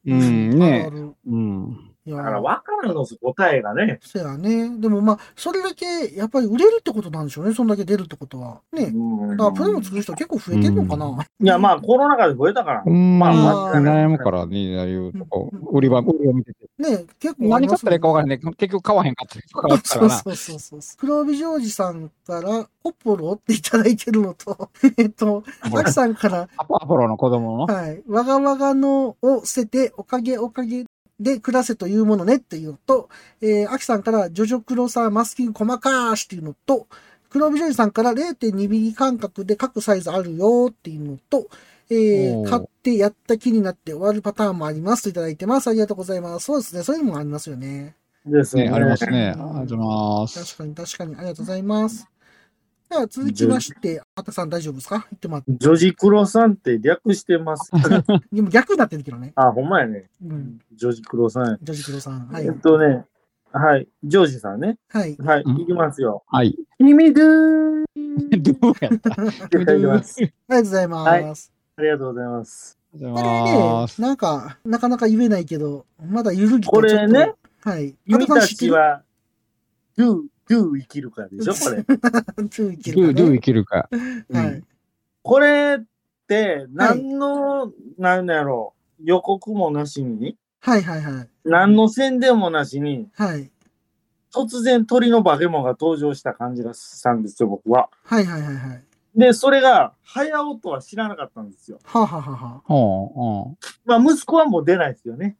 S3: うん、
S1: あ
S3: ね
S1: るある
S3: うん。
S1: いや
S2: だからわからんのです、答えがね。
S1: そやね。でもまあ、それだけ、やっぱり売れるってことなんでしょうね。そんだけ出るってことは。ね。
S2: う
S1: だ
S2: ん
S1: から、プロも作る人結構増えてんのかな。
S2: いや、まあ、コロナ禍で増えたから
S3: ほ。んまに
S1: まあ
S3: 悩むからね、ああいうとこ、売り場、売りを見てて。
S1: ね、結構あ
S3: 何
S1: り
S3: 買
S1: ま
S3: っ
S1: す
S3: た
S1: もん
S3: らい
S1: ね
S3: いか分からへんね結局買わへんかったりとかあるか
S1: そ
S3: ら
S1: う
S3: な。
S1: そうそうそうそう。黒帯ジョージさんから、ポッポロっていただいてるのと、 えっと、
S3: ほ
S1: ア
S3: ら
S1: キさんから、
S3: アポアポロの子供の。
S1: はい、わがわがのを捨てて、おかげおかげで暮らせというものねっていうのと、えー、アキさんから、ジョジョクロさんマスキング細かーしっていうのと、黒帯ジョージさんから0.2ミリ間隔で各サイズあるよーっていうのと、えー、
S3: おー
S1: 買ってやった気になって終わるパターンもありますといただいてます。ありがとうございます。そうですね。そういうのもありますよね。
S2: です
S3: ね、あります
S2: ね。
S3: ね。ありがとうございま
S1: 確
S3: す。
S1: かに確かに、ありがとうございます。では続きまして、あたさん大丈夫ですか言ってもらって。
S2: ジョジクロさんって略して ます。
S1: でも逆になってるけどね。
S2: あ、ほんまやね。
S1: うん。
S2: ジョジクロさんや。
S1: ジョジキロさん。はい
S2: え。っとね、はい、ジョージさんね。
S1: はい。
S2: はい、
S3: うん
S2: いきますよ。
S3: はい。
S2: 君でー
S3: どうやった
S2: って書いてます。
S1: ありがとうございます。
S2: ありがとうございます。
S3: ありがとうご
S1: こ
S3: ざ
S1: れ
S3: い
S1: ね
S3: ま、す。
S1: なんか、なかなか言えないけど、まだゆるぎて
S2: これね
S1: ちょっと。はい。
S2: 君たち
S1: あ
S2: は、do, do 生きるかでしょ、これ。
S1: たさん知ってる。
S3: どう、どう
S1: ル
S3: 生きるか。う
S1: は
S3: ん
S1: い。
S2: これって、何の、なんやろう、予告もなしに、
S1: はいはいはい。
S2: 何の宣伝もなしに、
S1: はい。
S2: 突然鳥の化け物が登場した感じがしたんですよ、僕は。
S1: はいはいはいはい。
S2: で、それが、早尾とは知らなかったんですよ。
S1: はあ、はあはあはあ、
S3: ほ
S2: まあ、息子はもう出ないですよね。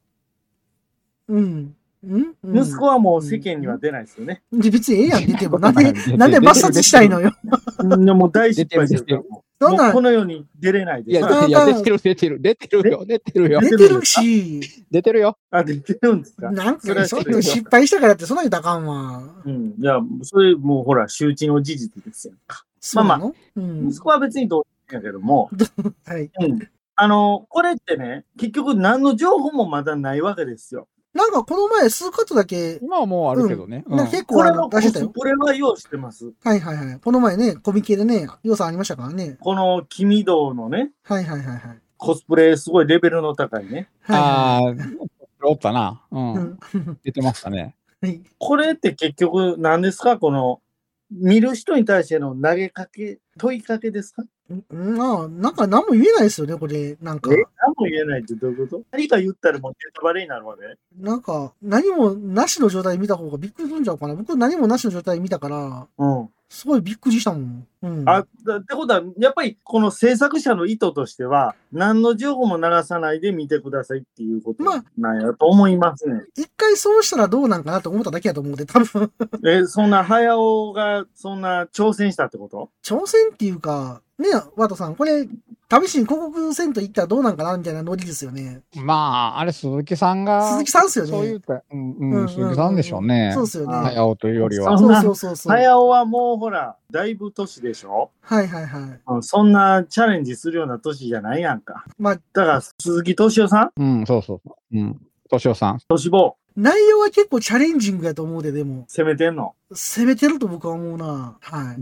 S1: うん。うん、うん、
S2: 息子はもう世間には出ないですよね。
S1: で別にええやん、出ても。なん
S3: 出
S1: で
S3: てる出て、る
S1: なんで抹殺したいのよ。
S2: うん、もう大失敗ですよ。
S1: どん
S2: も
S1: な
S2: うこの世に出れない
S3: うん。いや、
S2: です。
S1: だ
S3: いや出てる、出てる、出てるよ、出てるよ、
S1: 出てるし、
S3: 出てるよ。
S2: あ、出てるんですか
S1: なん
S2: それ
S1: か、
S2: は
S1: そ
S2: そうう
S1: いうの失敗したからって、そんなにあかんわ。
S2: うん。いや、それもうほら、周知の事実ですよ。
S1: そうなのうん。
S2: 息子は別にどうでもいいんやけども、
S1: はい。
S2: うん。あの、これってね、結局何の情報もまだないわけですよ。
S1: なんか、この前、数カットだけ、
S3: 今はもうあるけどね。うん
S1: なんか結
S2: こ
S1: 構
S2: れ
S1: あ
S2: は
S1: の
S2: コ
S1: 出してた
S2: ス
S1: よ。
S2: プレは用意してます。
S1: はいはいはい。この前ね、コミケでね、予算ありましたからね。
S2: この君堂のね、
S1: はいはいはいはい。はい
S2: コスプレすごいレベルの高いね。
S1: は
S3: ああ、おったな。う。
S1: い。うんん
S3: 出てましたね。
S1: はい。
S2: これって結局何ですかこの、見る人に対しての投げかけ、問いかけですか
S1: うんまあ、なんか何も言えないですよね、これ。なんか
S2: え、何も言えないってどういうこと何か言ったらもうネタバレになるわけ
S1: なんか、何もなしの状態で見た方がびっくりするんちゃうかな。僕、何もなしの状態で見たから、
S2: うん。
S1: すごいびっくりしたもん。うん。
S2: あだってことは、やっぱりこの制作者の意図としては、何の情報も流さないで見てくださいっていうこと
S1: まあ
S2: なんやと思いますね。
S1: 一回そうしたらどうなんかなと思っただけやと思うんで、多分。
S2: え、そんな早尾がそんな挑戦したってこと
S1: 挑戦っていうか、ね、ワトさん、これ、試しに広告せんと行ったらどうなんかなみたいなノリですよね。
S3: まあ、あれ、鈴木さんが。
S1: 鈴木さんっすよね
S3: そういうか、うん、
S1: う
S3: うん
S1: うん
S3: ん、鈴木さんでしょうね。
S1: そうですよね。
S2: はい
S3: 早尾というよりは。
S1: そうそうそうそう。はい
S2: 早尾はもうほら、だいぶ年でしょ、
S1: はいはい。
S2: うん、そんなチャレンジするような年じゃないやんか。
S1: まあ、
S2: だから、鈴木敏夫さん
S3: うん、そうそうそう。うん。敏夫さん。
S2: 敏夫、
S1: 内容は結構チャレンジングやと思うで、でも、
S2: 攻めてんの。
S1: 攻めてると僕は思うな。はい。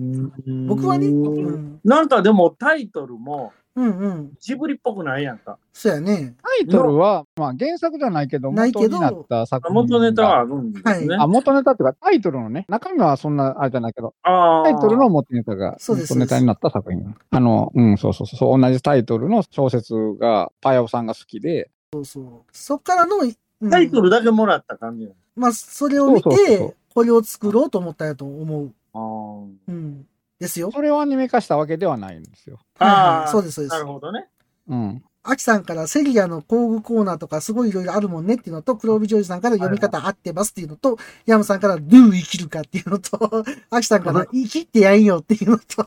S1: 僕はね、うん、
S2: なんかでもタイトルも
S1: うん、うん。
S2: ジブリっぽくないやんか。
S1: そうやね。
S3: タイトルは、まあ、原作じゃないけど、
S1: ないけ
S3: 元
S1: ど
S3: になった作品。
S2: 元ネタはあ。るんですね。
S1: は
S3: あ、元ネタっていうか、タイトルのね、中身はそんな、あれじゃないけど、
S2: あー
S3: タイトルの元ネタが、
S1: そうです
S3: 元ネタになった作品。あの、うん、そうそうそう、同じタイトルの小説が、パヤオさんが好きで、
S1: そうそう。そっからの、うん
S2: タイトルだけもらった感じな
S1: まあ、それを見
S3: そうそうそ
S1: て
S3: う、
S1: これを作ろうと思ったやと思う。
S2: の。
S1: うん。ですよ。
S3: それをアニメ化したわけではないんですよ。
S1: はい
S2: あ
S1: は
S2: ー
S1: い、そうです、そうです
S2: なる。ほどね。
S3: うん。
S1: アキさんからセリアの工具コーナーとかすごいいろいろあるもんねっていうのと、黒帯ジョージさんから読み方合ってますっていうのと、ヤムさんからルー生きるかっていうのと、 アキさんから生きってやんよっていうのと、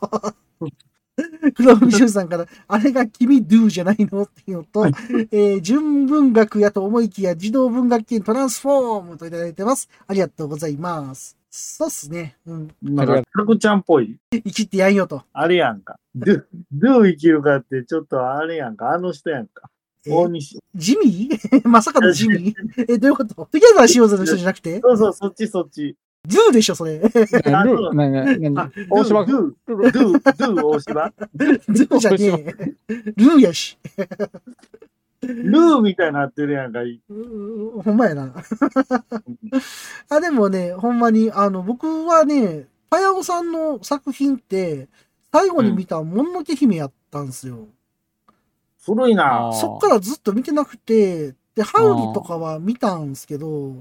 S1: 黒帯ジョージさんからあれが君ドゥじゃないのっていうのと、えー純文学やと思いきや児童文学系にトランスフォームといただいてます。ありがとうございます。そうっすね。うん。
S2: なんか、タクちゃんっぽい。
S1: 生きってやんよと。
S2: あれやんか。どゥ、ドゥ生きるかって、ちょっとあれやんか。あの人やんか。
S1: え
S2: 大西。
S1: ジミー まさかのジミーえ、どういうことトゥギャザーしようぜの人じゃなくて
S2: そうそう、そっちそっち。
S1: ドゥでしょ、 それ。
S3: ル
S2: あそう
S3: ー、なになに
S2: あ
S3: 大島
S2: ドゥ、
S3: ル
S2: ドゥ、ド
S3: ー、
S2: ゥ、ドゥ大島。
S1: ルーじゃねえ。ルーやし。
S2: ルーみたいになってるやんか。
S1: うほんまやな。あ、でもね、ほんまに、あの、僕はね、パヤオさんの作品って、最後に見たもののけ姫やったんですよ。
S2: 古いな。
S3: あー
S1: そっからずっと見てなくて、で、ハウルとかは見たんですけど、
S2: う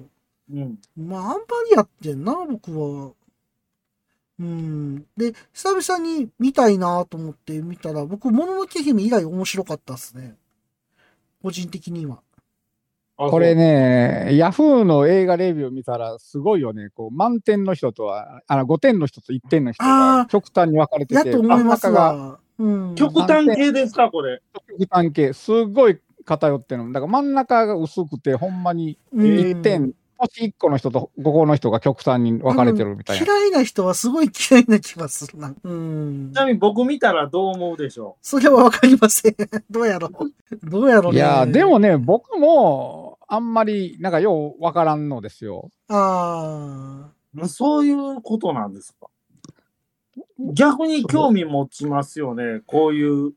S2: ん。
S1: まあ、あんまりやってんな、僕は。うん。で、久々に見たいなと思って見たら、僕、もののけ姫以外面白かったっすね。個人的には。
S2: あ
S3: これ。ね、ヤフーの映画レビュー見たらすごいよね。こう、満点の人とは、あの、5点の人と1点の人
S1: あ
S3: が
S1: ー
S3: 極端に分かれて
S1: や
S3: て、
S1: と思います
S3: 真ん中が
S1: わ。うん。
S2: そう極端系ですか、これ。
S3: 極端系、すごい偏ってるの。だから真ん中が薄くて、ほんまに
S1: うん
S3: 1点、星1個の人と5個の人が極端に分かれてるみたいな。
S1: 嫌いな人はすごい嫌いな気がするな。うん
S2: ち。なみに僕見たらどう思うでしょ
S1: それはわかりません。 どうやろう。どうやろう、
S3: い
S1: ね。
S3: やーで。もね、僕も、あんまり、なんか、よう分からんのですよ。
S1: ああ。
S2: う。そういうことなんですか。逆に興味持ちますよね。こういう、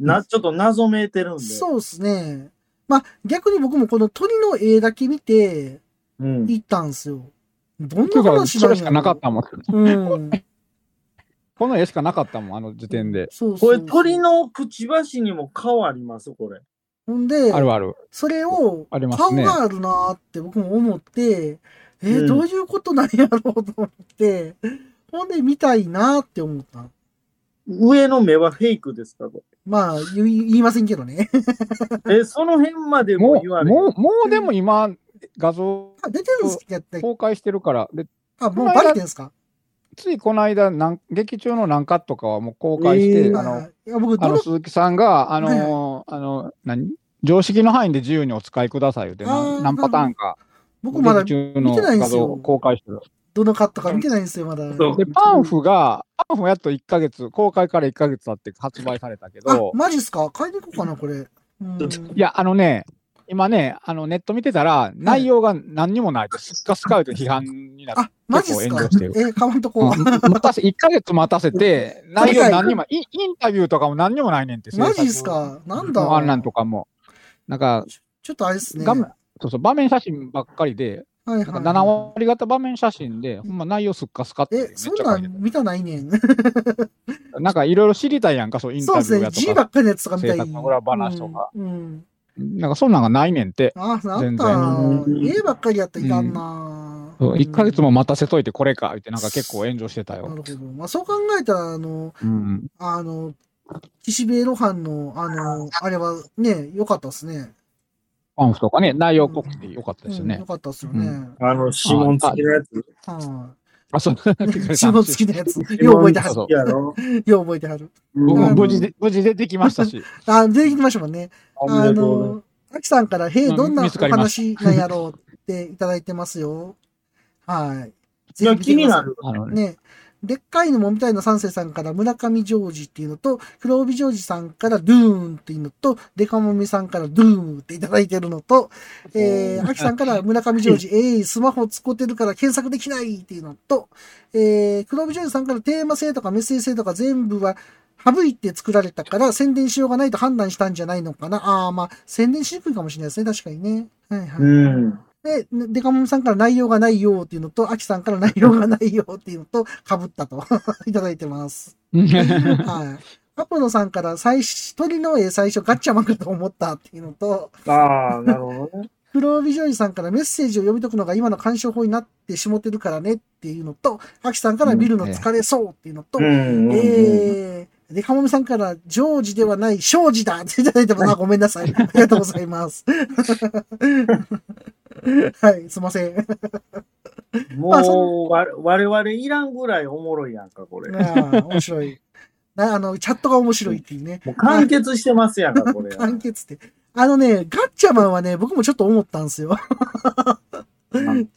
S2: な、ちょっと謎めいてるんで。
S1: そうですね。まあ、逆に僕もこの鳥の絵だけ見て
S2: うん。
S1: 行ったんですよ。どん
S3: ってい
S1: な
S3: うか、
S1: 話
S3: そ
S1: なんやろ
S3: れしかなかったもん。
S1: うん。
S3: この絵しかなかったもん、あの時点で。
S1: そうそう
S2: これ鳥のくちばしにも顔ありますこれ。
S1: ほんで
S3: あ、るある。
S1: それを
S3: あります
S1: 顔
S3: ね
S1: があるなーって僕も思って、えー
S2: うん
S1: どういうことなんやろうと思って、ほんで見たいなーって思った。
S2: 上の目はフェイクですかこ
S1: まあ、言い言いませんけどね。
S2: れ。え、その辺までも
S3: も
S2: 言わ
S3: う、
S2: れる
S3: もう、もうでも今、画像
S1: あ出てるんすやったっけ
S3: 公開してるから、で、
S1: あ、もうバレてんすか
S3: ついこの間、なん劇中のなんかとかはもう公開して、
S2: えー
S1: ま
S3: あの
S1: あ、いや僕、
S3: あ
S1: ど
S3: の、
S1: の、
S3: 鈴木さんが、
S1: は
S3: あ
S1: いはい
S3: のー、あの、何常識の範囲で自由にお使いくださいよって、
S1: あー
S3: な何パターンか、
S1: 僕まだ
S3: 劇中
S1: 見
S3: の
S1: てないんで
S3: 画
S1: す
S3: 像
S1: よ
S3: を公開してる。
S1: どのカットか見てないんですよ、まだ。
S2: そう
S3: で、パンフが、パンフもやっと1ヶ月、公開から1ヶ月経って発売されたけ
S1: あ
S3: ど、、
S1: マジっすか買いに行こうかな、これ。うん
S3: いや、あのね、今ね、あのネット見てたら、内容が何にもないです。スカスカ言うて批判になって、
S1: あ、マジっす
S3: 結構
S1: か
S3: 炎上してる
S1: え、かまんとこ
S3: うん。待たせ、1ヶ月待たせて、内容何にも、インインタビューとかも何にもないねんって。
S1: マジっ
S3: です
S1: かなんだ
S3: あんなんとかも。なんか、
S1: ちょっとあれっすね。
S3: 画面、そうそう、場面写真ばっかりで、
S1: はい
S3: なん
S1: はい。
S3: か7割方場面写真で、ほんま内容すっかすかって、めっ
S1: え、
S3: ち
S1: そ
S3: ゃ
S1: ん
S3: 書
S1: ない
S3: て
S1: ん見たないねん。
S3: た。なんかいろいろ知りたいやんか、そう、イン
S1: そう
S3: タ
S1: です
S3: ビュー
S1: ね。
S3: や
S1: G
S3: と
S1: ば
S3: か。
S1: っかりのやつとか見たい。
S3: 制作の裏話とか
S1: うん。うん
S3: なんかそんなんがないねんって。
S1: あ、なん
S3: 全
S1: だ。
S2: 然
S1: A ばっかりやったらいかんな。
S3: そう1ヶ月
S1: も。
S3: も待たせといてこれか、ってなんか結構炎上してた
S1: なる
S3: よ。
S1: ほど。まあ、そう考えたら、あの、
S3: うん。
S1: あの、岸辺露伴の、あの、あれはね、良かったっすね。
S3: パンフとかね、内容濃くてよかったですよ
S1: うん
S3: ね
S1: 良。かったっすよね。
S3: う
S2: あの、指紋付きのやつ。
S1: は
S3: あ、そう、
S1: い。
S3: ピクル
S1: 注
S3: さん
S1: 文付きのやつ。よう覚えては
S3: そう
S1: る。
S2: いやろ。
S1: よう覚えてはる。
S3: 僕も
S1: あの
S3: 無事で、無事出てきましたし。
S1: あ、出てきましたもんね。
S2: あ
S1: あ
S2: りがとうございます
S1: の、アキさんから、へえ、
S3: うん
S1: どんなお
S3: 見つかりま
S1: 話なんやろうっていただいてますよ。はい。
S2: いや、気にな
S1: る。
S2: る。
S3: あ のね、
S1: ね。でっかいのもみたいな三世さんから村上ジョージっていうのと、黒帯ジョージさんからドゥーンっていうのと、デカモミさんからドゥーンっていただいてるのと、えー、アキさん から村上ジョージ、えい、スマホ使ってるから検索できないっていうのと、えー、黒帯ジョージさんからテーマ性とかメッセージ性とか全部は省いて作られたから宣伝しようがないと判断したんじゃないのかな。ああ、まあ、宣伝しにくいかもしれないですね。確かにね。はいはい。
S2: うん。
S1: で、ねデカモンさんから内容がないよっていうのと、アキさんから内容がないよっていうのと、被ったと いただいてます。 はい。アポロさんから最初、鳥の絵最初ガッチャマンかと思ったっていうのと、
S2: ああ、なるほどね。
S1: 黒帯ジョージさんからメッセージを読み解くのが今の鑑賞法になってしもってるからねっていうのと、アキさんから見るの疲れそうっていうのと、
S2: うん。うん
S1: えー、デカモミさんから、ジョージではない、庄司だっていただいても、あ、ごめんなさい。ありがとうございます。 はい、すいません。あ
S2: もう、わ我々いらんぐらいおもろいやんか、これ。も
S1: ああ、面白い。なあの、チャットが面白いっていうね。
S2: う完結してますやんか、こ れ。
S1: 完結って。あのね、ガッチャマンはね、僕もちょっと思ったんですよ。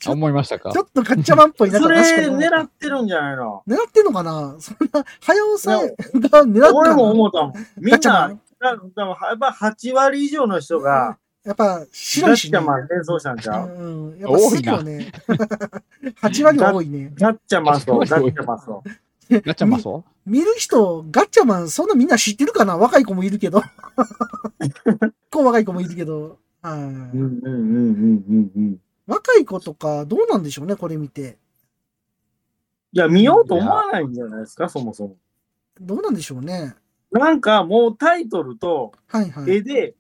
S3: あ思いましたか
S1: ちょっとガッチャマンっぽいな
S2: そ
S1: と
S2: れ、
S1: 確かに思った
S2: 狙ってるんじゃないの
S1: 狙ってんのかなそんな、早尾さんが狙って
S2: 俺
S1: る
S2: も
S1: の
S2: 思ったもん。み
S1: ガッ
S2: んな、
S1: チャマ
S2: だ
S1: ン
S2: だからやっぱ8割以上の人が、
S1: やっぱ
S2: ガ
S1: 白い
S2: ッ
S1: し、
S2: チ
S1: ね。
S2: ャマン連想したんちゃう
S1: うんうん。やっぱ好きよね。8割は多いね。
S2: ガッチャマンと、ガッチャマンと。
S3: ガッチャマソ
S1: 見る人、ガッチャマン、そんなみんな知ってるかな若い子もいるけど。こう若い子もいるけど。は
S2: う
S1: い
S2: んうんうんうんうんうん。
S1: 若い子とか、どうなんでしょうね、これ見て。
S2: いや、見ようと思わないんじゃないですか、そもそも。
S1: どうなんでしょうね。
S2: なんかもうタイトルと
S1: はいはい。
S2: 絵で、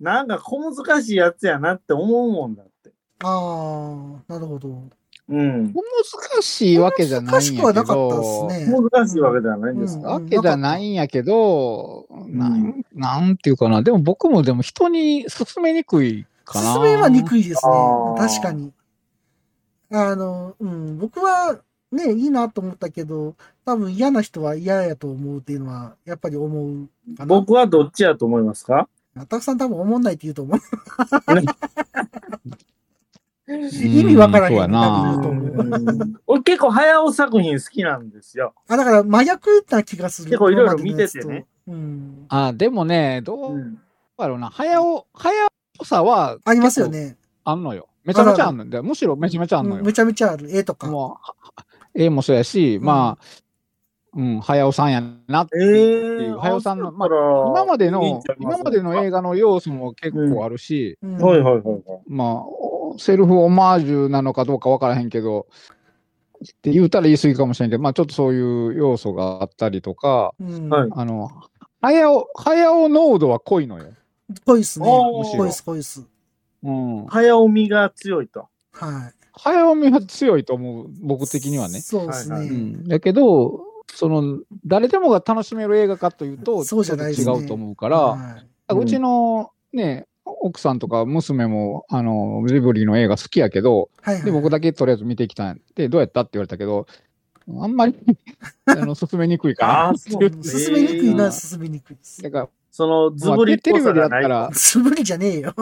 S2: なんか小難しいやつやなって思うもんだって。
S1: ああ、なるほど。
S2: うん。
S3: 難しいわけじゃないん
S1: し
S3: や
S1: くは
S3: け
S1: なかった
S3: ど、
S1: ですね。
S2: 難しいわけではないんです
S1: うん
S2: か、
S3: わけじゃないんやけど、
S2: ん
S3: なん、なんていうかな、でも僕もでも人に勧めにくいかな。
S1: 進めは憎いですね
S2: あ。ー
S1: 確かに。あの、うん、僕はね、いいなと思ったけど、多分嫌な人は嫌やと思うっていうのは、やっぱり思うかな。
S2: 僕はどっちやと思いますか
S1: たくさん多分思んないって言うと思う。
S3: うん
S1: 意味わからへん
S3: そうや
S1: あ
S3: な
S1: ー。
S2: うん俺結構早尾作品好きなんですよ。
S1: あ、だから真逆な気がする。
S2: 結構いろいろ見ててね
S1: これまでのやつと。うん。
S3: あ、でもね、ど
S2: う
S3: うんだろうな、早尾、早尾っぽさは
S1: ありますよね。
S3: あんのよ。めちゃめちゃあんのよ。むしろめちゃめちゃあんの
S1: うん
S3: よ。
S1: めちゃめちゃある。絵とか。
S3: もう、絵もそうやし、
S1: ん
S3: まあ、うん、早尾さんやなって
S2: え
S3: いう。
S2: ー、
S3: 早尾さんのまあ
S2: 今
S3: 今までの、今までの映画の要素も結構あるし、
S1: うん
S2: はいはいはいはい。
S3: まあ、おセルフオマージュなのかどうかわからへんけど、って言うたら言い過ぎかもしれんけど、まあちょっとそういう要素があったりとか、
S1: うん
S2: はい
S3: あの、早尾、早尾濃度は濃いのよ。
S1: 濃いっすね。
S2: お
S3: ー
S1: 濃いっす、濃いっす。
S3: うん。
S2: 早尾みが強いと。
S1: はい。
S3: 早尾みは強いと思う、僕的にはね。
S1: そうです
S2: はいは
S3: う
S1: ね。
S3: ん。だけど、その、誰でもが楽しめる映画かというと、
S1: そうじゃないです
S3: ち
S1: ね
S3: ょっと違うと思うから、
S1: はい
S2: うん
S3: うちのね、奥さんとか娘も、あの、ジブリの映画好きやけど、
S1: はいは
S3: で、
S1: い。
S3: 僕だけとりあえず見てきたんで、どうやったって言われたけど、あんまり、 あの、進めにくいかな
S2: あー
S3: って言って。
S2: そう
S1: 進めにくい
S2: え
S1: な、
S2: ー
S1: 進めにくいです。
S3: だか
S2: その
S3: ら、
S2: ズブリっ
S3: テ
S2: ぽ
S3: レ
S2: さ
S3: ビでや
S2: が
S3: っ
S2: な
S3: た
S2: い。
S3: ら、
S1: 素振りじゃねえ よ。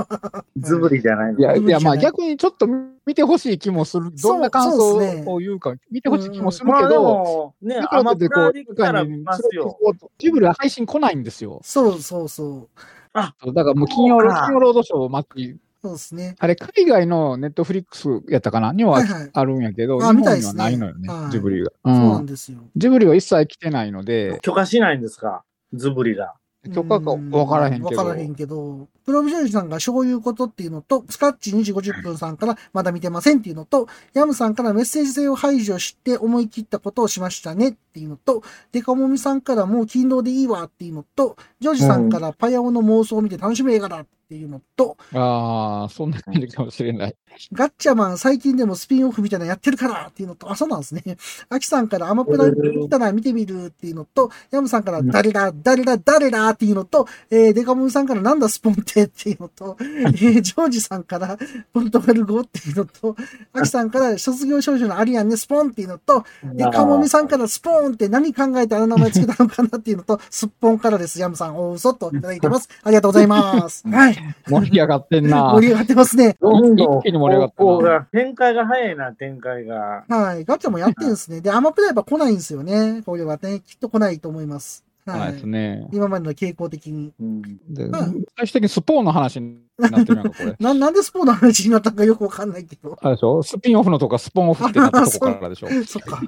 S2: ズブリじゃないの
S3: い。や、
S1: ズブ
S3: い
S1: リじゃ
S3: や、
S1: ない
S3: まあ逆にちょっと見てほしい気もする。
S1: そう
S3: どんな感
S1: そうですね
S3: 想を言うか、見てほしい気もする
S2: ま
S3: け
S2: あで
S3: ど、
S2: も、ね、
S3: だ
S2: ア
S3: から
S2: マ
S3: っ
S2: プ
S3: て
S2: ラ
S3: こう、
S2: で
S3: 映
S2: きた
S3: 画
S2: ら
S3: に
S2: 見ますよ。
S3: ジブリは配信来ないんですよ。
S1: そうそうそう。
S3: だからもう金曜
S2: そう
S3: ロ
S2: か
S3: 金曜ロードショーを待って、
S1: そうですね。
S3: あれ、海外のネットフリックスやったかなには
S1: はいはい
S3: あるんやけど、
S1: あ
S3: 日
S1: 見たいで
S3: 本には
S1: すね
S3: ないのよね、
S1: はい
S3: ジブリが、う
S1: そうんなんですよ。
S3: ジブリは一切来てないので、
S2: 許可しないんですかズブリが。
S3: 許可か
S1: うん
S3: 分からへんけ
S1: わ
S3: ど、
S1: からへんけど、プロビジョンさんがそういうことっていうのと、スカッチ2時50分さんからまだ見てませんっていうのと、ヤムさんからメッセージ性を排除して思い切ったことをしましたねっていうのと、デカモミさんからもう勤労でいいわっていうのと、ジョージさんからパヤオの妄想を見て楽しむ映画だっていうのと、
S3: ああ、そんな感じかもしれない。
S1: ガッチャマン最近でもスピンオフみたいなのやってるからっていうのと、あ、そうなんですね。 アキさんからアマプラ見たら見てみるっていうのと、ヤムさんから誰だ、誰だ、誰だっていうのと、えーデカモンさんからなんだスポンテっていうのと、 えージョージさんからポルトガル語っていうのと、アキさんから卒業少女のアリアンねスポンっていうのと、デカモミさんからスポーンって何考えてあの名前つけたのかなっていうのと、スッポンからです。ヤムさん、おうそっといただいてます。ありがとうござい ます。はい。
S3: 盛り上がってん な
S1: 盛。り上がってますね。
S2: どんどん
S3: 一気に盛り上がったな
S2: 方向が展開が早いな、展開が。
S1: はい。ガチャもやってるんですね。で、アマプラやっぱ来ないんですよね。これはね、きっと来ないと思います。
S3: な
S1: はい
S3: です
S1: い。
S3: ね。
S1: 今までの傾向的に。
S2: うん
S3: で
S1: ん。
S3: 最終的にスポーンの話になってるやんか、これ
S1: な、なんでスポーンの話になったのかよくわかんないけど。
S3: あれでしょスピンオフのとかスポンオフってなったとこからでしょ
S1: そっ か。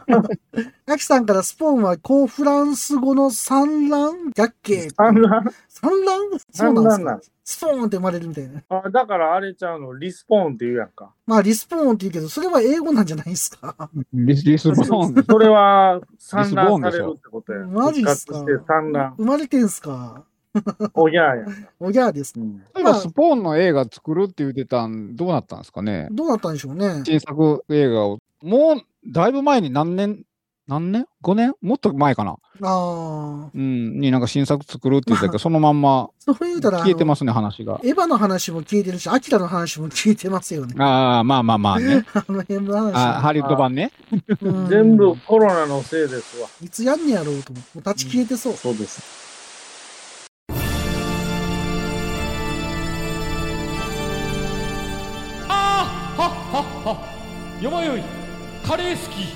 S1: アキさんからスポーンは、こう、フランス語の産卵だっけ
S2: あんな
S1: 産卵そうなんです
S2: 産卵なん
S1: かスポーンって生まれるみたいな。
S2: あだからあれちゃうの、リスポーンって言うやんか。
S1: まあ、リスポーンって言うけど、それは英語なんじゃないですか。
S3: リスリスボーン。
S2: それは産卵されるってことや。
S1: マジっすか
S2: 復活して産卵。
S1: 生まれてんすか。
S2: おぎゃーや。
S1: おぎゃーです。
S2: うん
S3: 例えばスポーンの映画作るって言ってたん、どうなったんですかね
S1: どうなったんでしょうね。
S3: 新作映画を、もうだいぶ前に何年、何年 ?5 年もっと前かな。
S1: ああ。
S3: うん、になんか新作作るって言ってたけ ど、そのまんま
S1: そう言うたら、
S3: 消えてますね、話が。
S1: エヴァの話も聞いてるし、アキラの話も聞いてますよね。
S3: ああ、まあまあまあね。
S1: あの辺の話。
S3: あハリウッド版ね。
S1: うん
S2: 全部コロナのせいですわ。
S1: いつやんねやろうと思って、もう立ち消えてそう。
S2: そうです。
S4: あーはっはっはよまよいカレー好き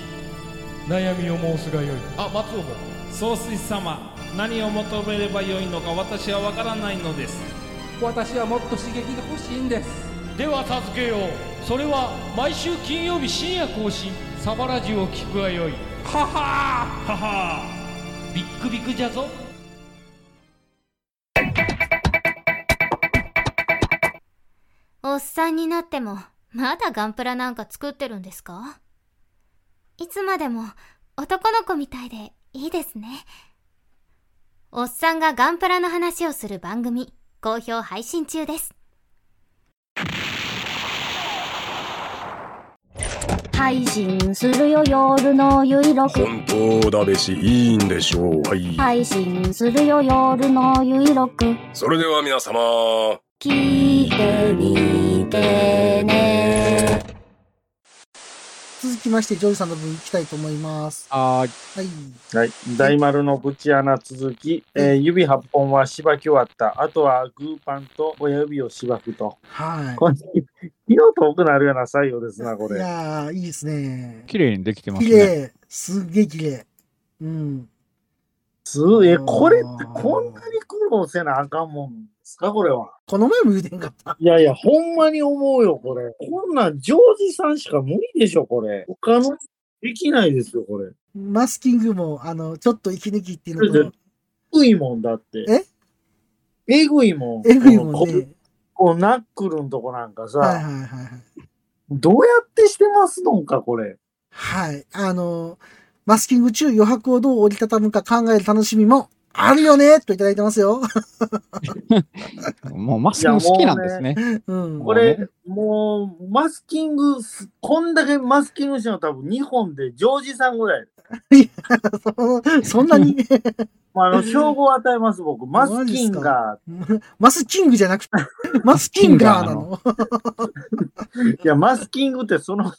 S4: 悩みを申すがよいあ松尾も
S5: 総帥様何を求めればよいのか私は分からないのです
S6: 私はもっと刺激が欲しいんです
S4: では助けようそれは毎週金曜日深夜更新サバラジュを聞くがよい
S5: はは
S7: ビックビックじゃぞ
S8: おっさんになっても、まだガンプラなんか作ってるんですかいつまでも男の子みたいでいいですね。おっさんがガンプラの話をする番組、好評配信中です。
S9: 配信するよ夜のゆいろく
S10: 本当だべし、いいんでしょう。はい。
S9: 配信するよ夜のゆいろく
S10: それでは皆様。
S9: 聞いてみてね
S1: 続きまして、ジョージさんの分いきたいと思います。
S11: あ
S1: はい。
S2: はい。大丸のブチ穴続き、えー指8本はしばき終わった。あとはグーパンと親指をしばくと。
S1: はい。
S2: これ、色遠くなるような作業ですな、こ
S1: い
S2: れ。
S1: やー、いいですね。
S3: 綺麗にできてます
S1: 綺
S3: ね。
S1: 麗。すっげえ綺麗。うん。
S2: すえ、これってこんなに苦労せなあかんもんですか、これは。
S1: この前も言うてんかった。
S2: いやいや、ほんまに思うよ、これ。こんなん、ジョージさんしか無理でしょ、これ。他の人できないですよ、これ。
S1: マスキングも、あの、ちょっと息抜きっていうのと、
S2: えぐいもんだって。ええぐいもん。
S1: えぐいも
S2: こ
S1: ん
S2: のこ
S1: ね。
S2: こうナックルのとこなんかさ、
S1: はいはいはいはい。
S2: どうやってしてますのんか、これ。
S1: はい。あの、マスキング中余白をどう折りたたむか考える楽しみもあるよねといただいてますよ。
S3: もうマスク好きなんですね。
S1: うん。
S2: これ、もう、マスキングす、こんだけマスキングしたの多分2本で、ジョージさんぐらい。
S1: そそんなに、
S2: まあ、あの、称号を与えます、僕。マスキンガ
S1: マスキングじゃなくて、マスキンガーなの。
S2: ー。いや、マスキングってその、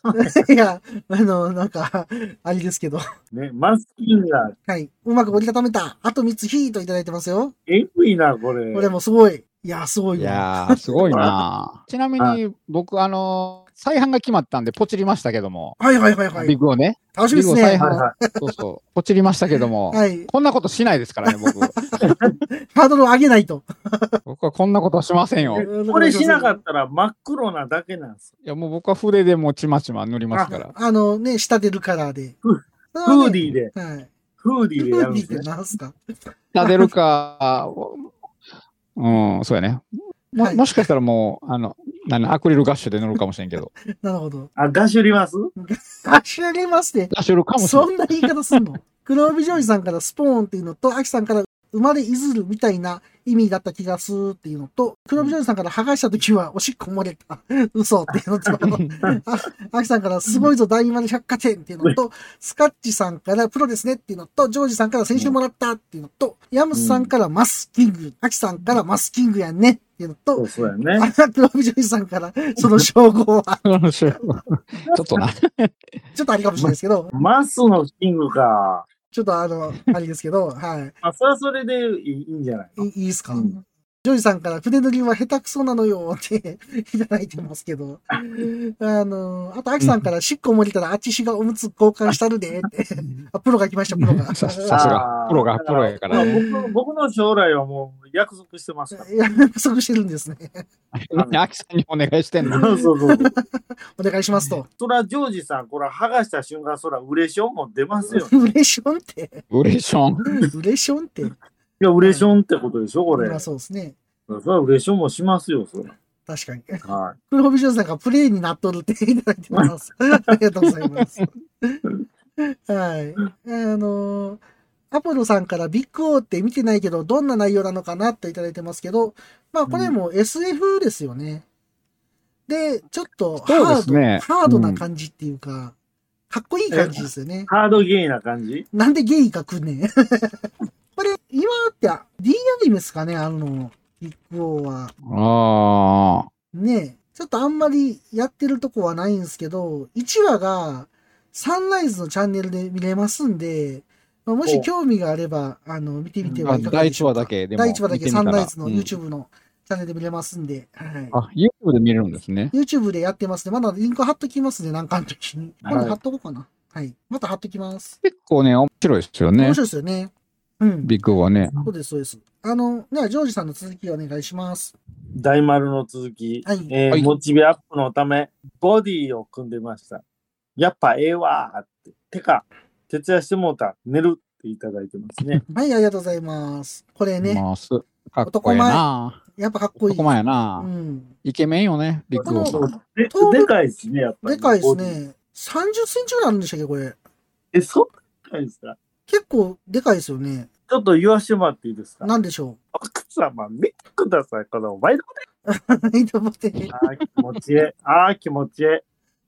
S1: いや、あの、なんか、あれですけど。
S2: ね、マスキンガー。
S1: はい。うまく折りたためた。あと3つヒーといただいてますよ。
S2: えぐいな、これ。
S1: これもすごい。いや、すごい
S11: い
S1: わ。
S11: やー、すごい なちなみ
S2: は
S11: に、僕、あのー再販が決まったんで、ポチりましたけども。
S1: はいはいはいは
S11: ビッ
S1: い。
S11: グをね。
S1: 楽しみです
S11: ビッグ再
S1: ね
S11: 販。
S2: はいは
S11: そうそう。ポチりましたけども。
S1: はい。
S11: こんなことしないですからね、僕。
S1: ハードルを上げないと。
S11: 僕はこんなことはしませんよ。
S2: い。これしなかったら真っ黒なだけなんです。
S11: いや、もう僕は筆でもうちまちま塗りますから。
S1: あのね、下出るカラーで。
S2: フフーディーで、
S1: ー。はい。
S2: フーディーでやる
S1: フ
S2: ん
S1: ーディーっ
S2: です
S1: て
S2: ね。
S1: 何すか
S11: 撫でるか、 うん、そうやね。も,、
S1: はい
S11: もしかしたらもう、あの、何アクリルガッシュで塗るかもしれんけど。
S1: なるほど。
S2: あ、ガシュリます
S1: 差し上げますね。
S11: ガッシュ塗るかもしれ
S1: そ
S11: ん。
S1: んな言い方すんの黒帯ジョージさんからスポーンっていうのと、アキさんから生まれいずるみたいな意味だった気がするっていうのと、黒帯ジョージさんから剥がした時はおしっこ漏れた。嘘っていうのと、あアキさんからすごいぞ大丸百貨店っていうのと、スカッチさんからプロですねっていうのと、ジョージさんから先週もらったっていうのと、ヤムスさんからマスキング、アキさんからマスキングやんねっていうのと
S2: そう、そうやね。
S1: あ黒帯ジョージさんからその称号は、
S11: ちょっとな。
S1: ちょっとありかもしれないですけど、
S2: マスのキングか。
S1: ちょっとあの、あれですけ ど、はい。
S2: まあ、それはそれでいいいいんじゃない
S1: い
S2: の
S1: いいですか、
S2: うん
S1: ジョージさんから筆塗りは下手くそなのよって いただいてますけ ど。あの、あと、アキさんからしっこもりたらあっちしがおむつ交換したるでって。あ、プロが来ました、プロが。
S11: ささす
S2: あ
S11: が
S2: ー。
S11: プロが、プロやか
S2: まあ
S11: ら。
S2: 僕僕の将来はもう約束してますから。
S1: いや約束してるんですね。
S11: 何アキさんにお願いしてんの
S2: そうそうそう。
S1: お願いしますと。
S2: そら、ジョージさん、これ、剥がした瞬間、そら、ウレションも出ます よ。い
S1: ウレションって、
S11: ウレション。
S1: ウレションって。
S2: や、ウレションってことでしょ、これ。
S1: まあ
S2: そ
S1: そうですね。
S2: ら、ウレションもしますよ、そら。
S1: 確かに。
S2: はい。
S1: 黒帯ジョージさんがプレイになっとるっていただいて ます。ありがとうございます。はい。あのーアポロさんからビッグオーって見てないけど、どんな内容なのかなっていただいてますけど、まあこれも SF ですよね。で、ちょっと
S11: そう
S1: ハ
S11: で
S1: ー
S11: す
S1: ド、
S11: ね
S1: ハードな感じっていうか、かっこいい感じですよね。
S2: ハードゲイな感じ
S1: なんでゲイが来ん ねん。これ、今って D アニメですかね、あの、ビッグオーは。
S11: あ
S1: ねえ、ちょっとあんまりやってるとこはないんですけど、1話がサンライズのチャンネルで見れますんで、まあ、もし
S2: お
S1: 興味があれば、あの、見てみて
S11: ー
S1: は
S11: あ。
S1: いかが
S11: 第
S1: でし
S11: 1
S1: ょ
S11: 話
S1: うか。
S11: だけでも。
S1: 第1話だ
S11: 見
S1: け
S11: て
S1: サ
S11: み
S1: ン
S11: たら
S1: ライズの YouTube のチャンネルで見れますんで、はい
S11: うん。あ、YouTube で見れるんですね。
S1: YouTube でやってますね。まだリンク貼っときますね、なんかの時に。今
S2: は
S1: 度
S2: い
S1: 貼っとこうかな。はい。また貼っときます。
S11: 結構ね、面白いですよね
S1: 面。白いですよね。うん。
S11: ビッグはね。
S1: そうです、そうです。あの、では、ジョージさんの続きお願いします。
S2: 大丸の続き、
S1: はい
S2: えー
S11: はい
S2: モチベアップのため、ボディを組んでました。やっぱええわーって。てか、徹夜してもうた、寝るっっていただいてますね。
S1: はい、ありがとうございます。これね、
S3: まあすかっこええな。
S1: やっぱかっこいい。
S3: 男前や
S1: う
S3: な。
S1: ん。
S3: イケメンよね、ビッグボス
S1: そ。う
S2: で
S1: 頭部
S2: でかいですね、やっぱり。
S1: でかいです。ね。30センチぐらいあるんでしたっけ、これ。
S2: え、そんなでかいですか
S1: 結構でかいですよね。
S2: ちょっと言わしてもらっていいですか
S1: なんでしょ
S2: 奥様、見てください。このワイドボ
S1: う。はい、と思って。
S2: ディ。あー気持ちいい。あー気持ちいい。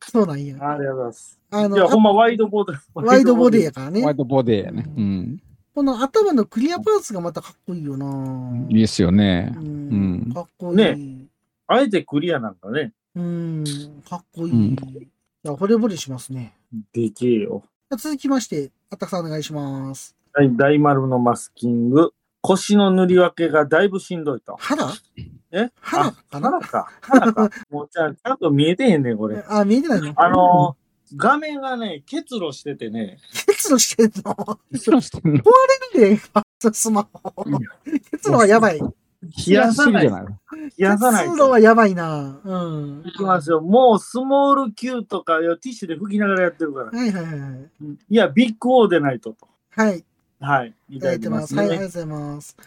S1: そうなんや。
S2: あーありがとうございます。
S1: あ
S2: いや、
S1: の、
S2: ほんまワイドボード。
S1: ワイドボディ
S2: や。
S1: やから
S3: ホワ
S1: ね
S3: イ。トボディやね。うん。
S1: この頭のクリアパーツがまたかっこいいよなぁ
S3: いいですよね
S1: う。
S3: うん
S1: ん。かっこいい。
S2: あえてクリアなんかね。
S1: うん。かっこいい。
S3: うん
S1: いや、惚れ惚れしますね。
S2: でけえよ。
S1: 続きまして、あたくさんお願いします。
S2: はい、大丸のマスキング。腰の塗り分けがだいぶしんどいと。
S1: 肌
S2: え
S1: 肌かな
S2: 花か。花か。もうちゃんちゃんと見えてへんねん、これ。
S1: あ、見えてないの
S2: あのー、画面がね、結露しててね、
S1: 結露してんの
S3: 結露してんの
S1: で、スマホ。結露はやばい。
S2: 冷やさ
S3: すぎ
S2: ない
S3: じゃ
S2: と。
S3: ない
S2: 冷やさない
S1: 結露
S2: と。
S1: はやばいなうん。
S2: いきますよ。もうスモール Q とかよティッシュで拭きながらやってるから。
S1: はいはいはいはい。
S2: いや、ビッグ O でないとと。
S1: はい、い
S2: はい。い
S1: ただ
S2: ただ
S1: い
S2: い
S1: て
S2: て
S1: ま。
S2: ますす
S1: はい、ありがとう
S2: ね。
S1: ございます。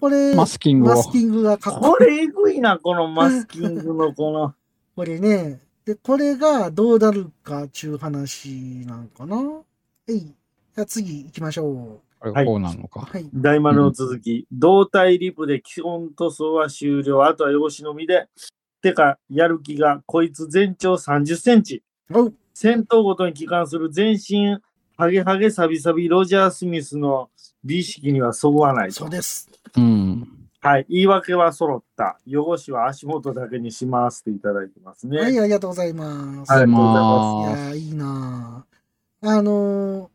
S1: これ、
S3: マ
S1: マ
S3: スキングを
S1: ス。キングがかっこ
S2: これえぐいな、このマスキングのこの。
S1: これね。で、これがどうなるかっていう話なんかなはい。じゃあ次行きましょ
S3: これこうなの
S1: う。
S3: か。
S1: はい。
S2: 大丸の続き、胴体リプで基本塗装は終了、あとは用紙のみで、てか、やる気が、こいつ全長30センチ、
S1: おう
S2: 戦闘ごとに帰還する全身、ハゲハゲサビサビ、ロジャー・スミスの美意識にはそぐわない
S1: そ
S2: と
S1: う。です。
S3: うん。
S2: はい、言い訳は揃った。汚しは足元だけにしますっていただいてますね。
S1: はい、ありがとうございます。
S2: ありがとうござ
S1: い
S2: いま
S1: や
S3: あ
S1: ー、いいなーあのー、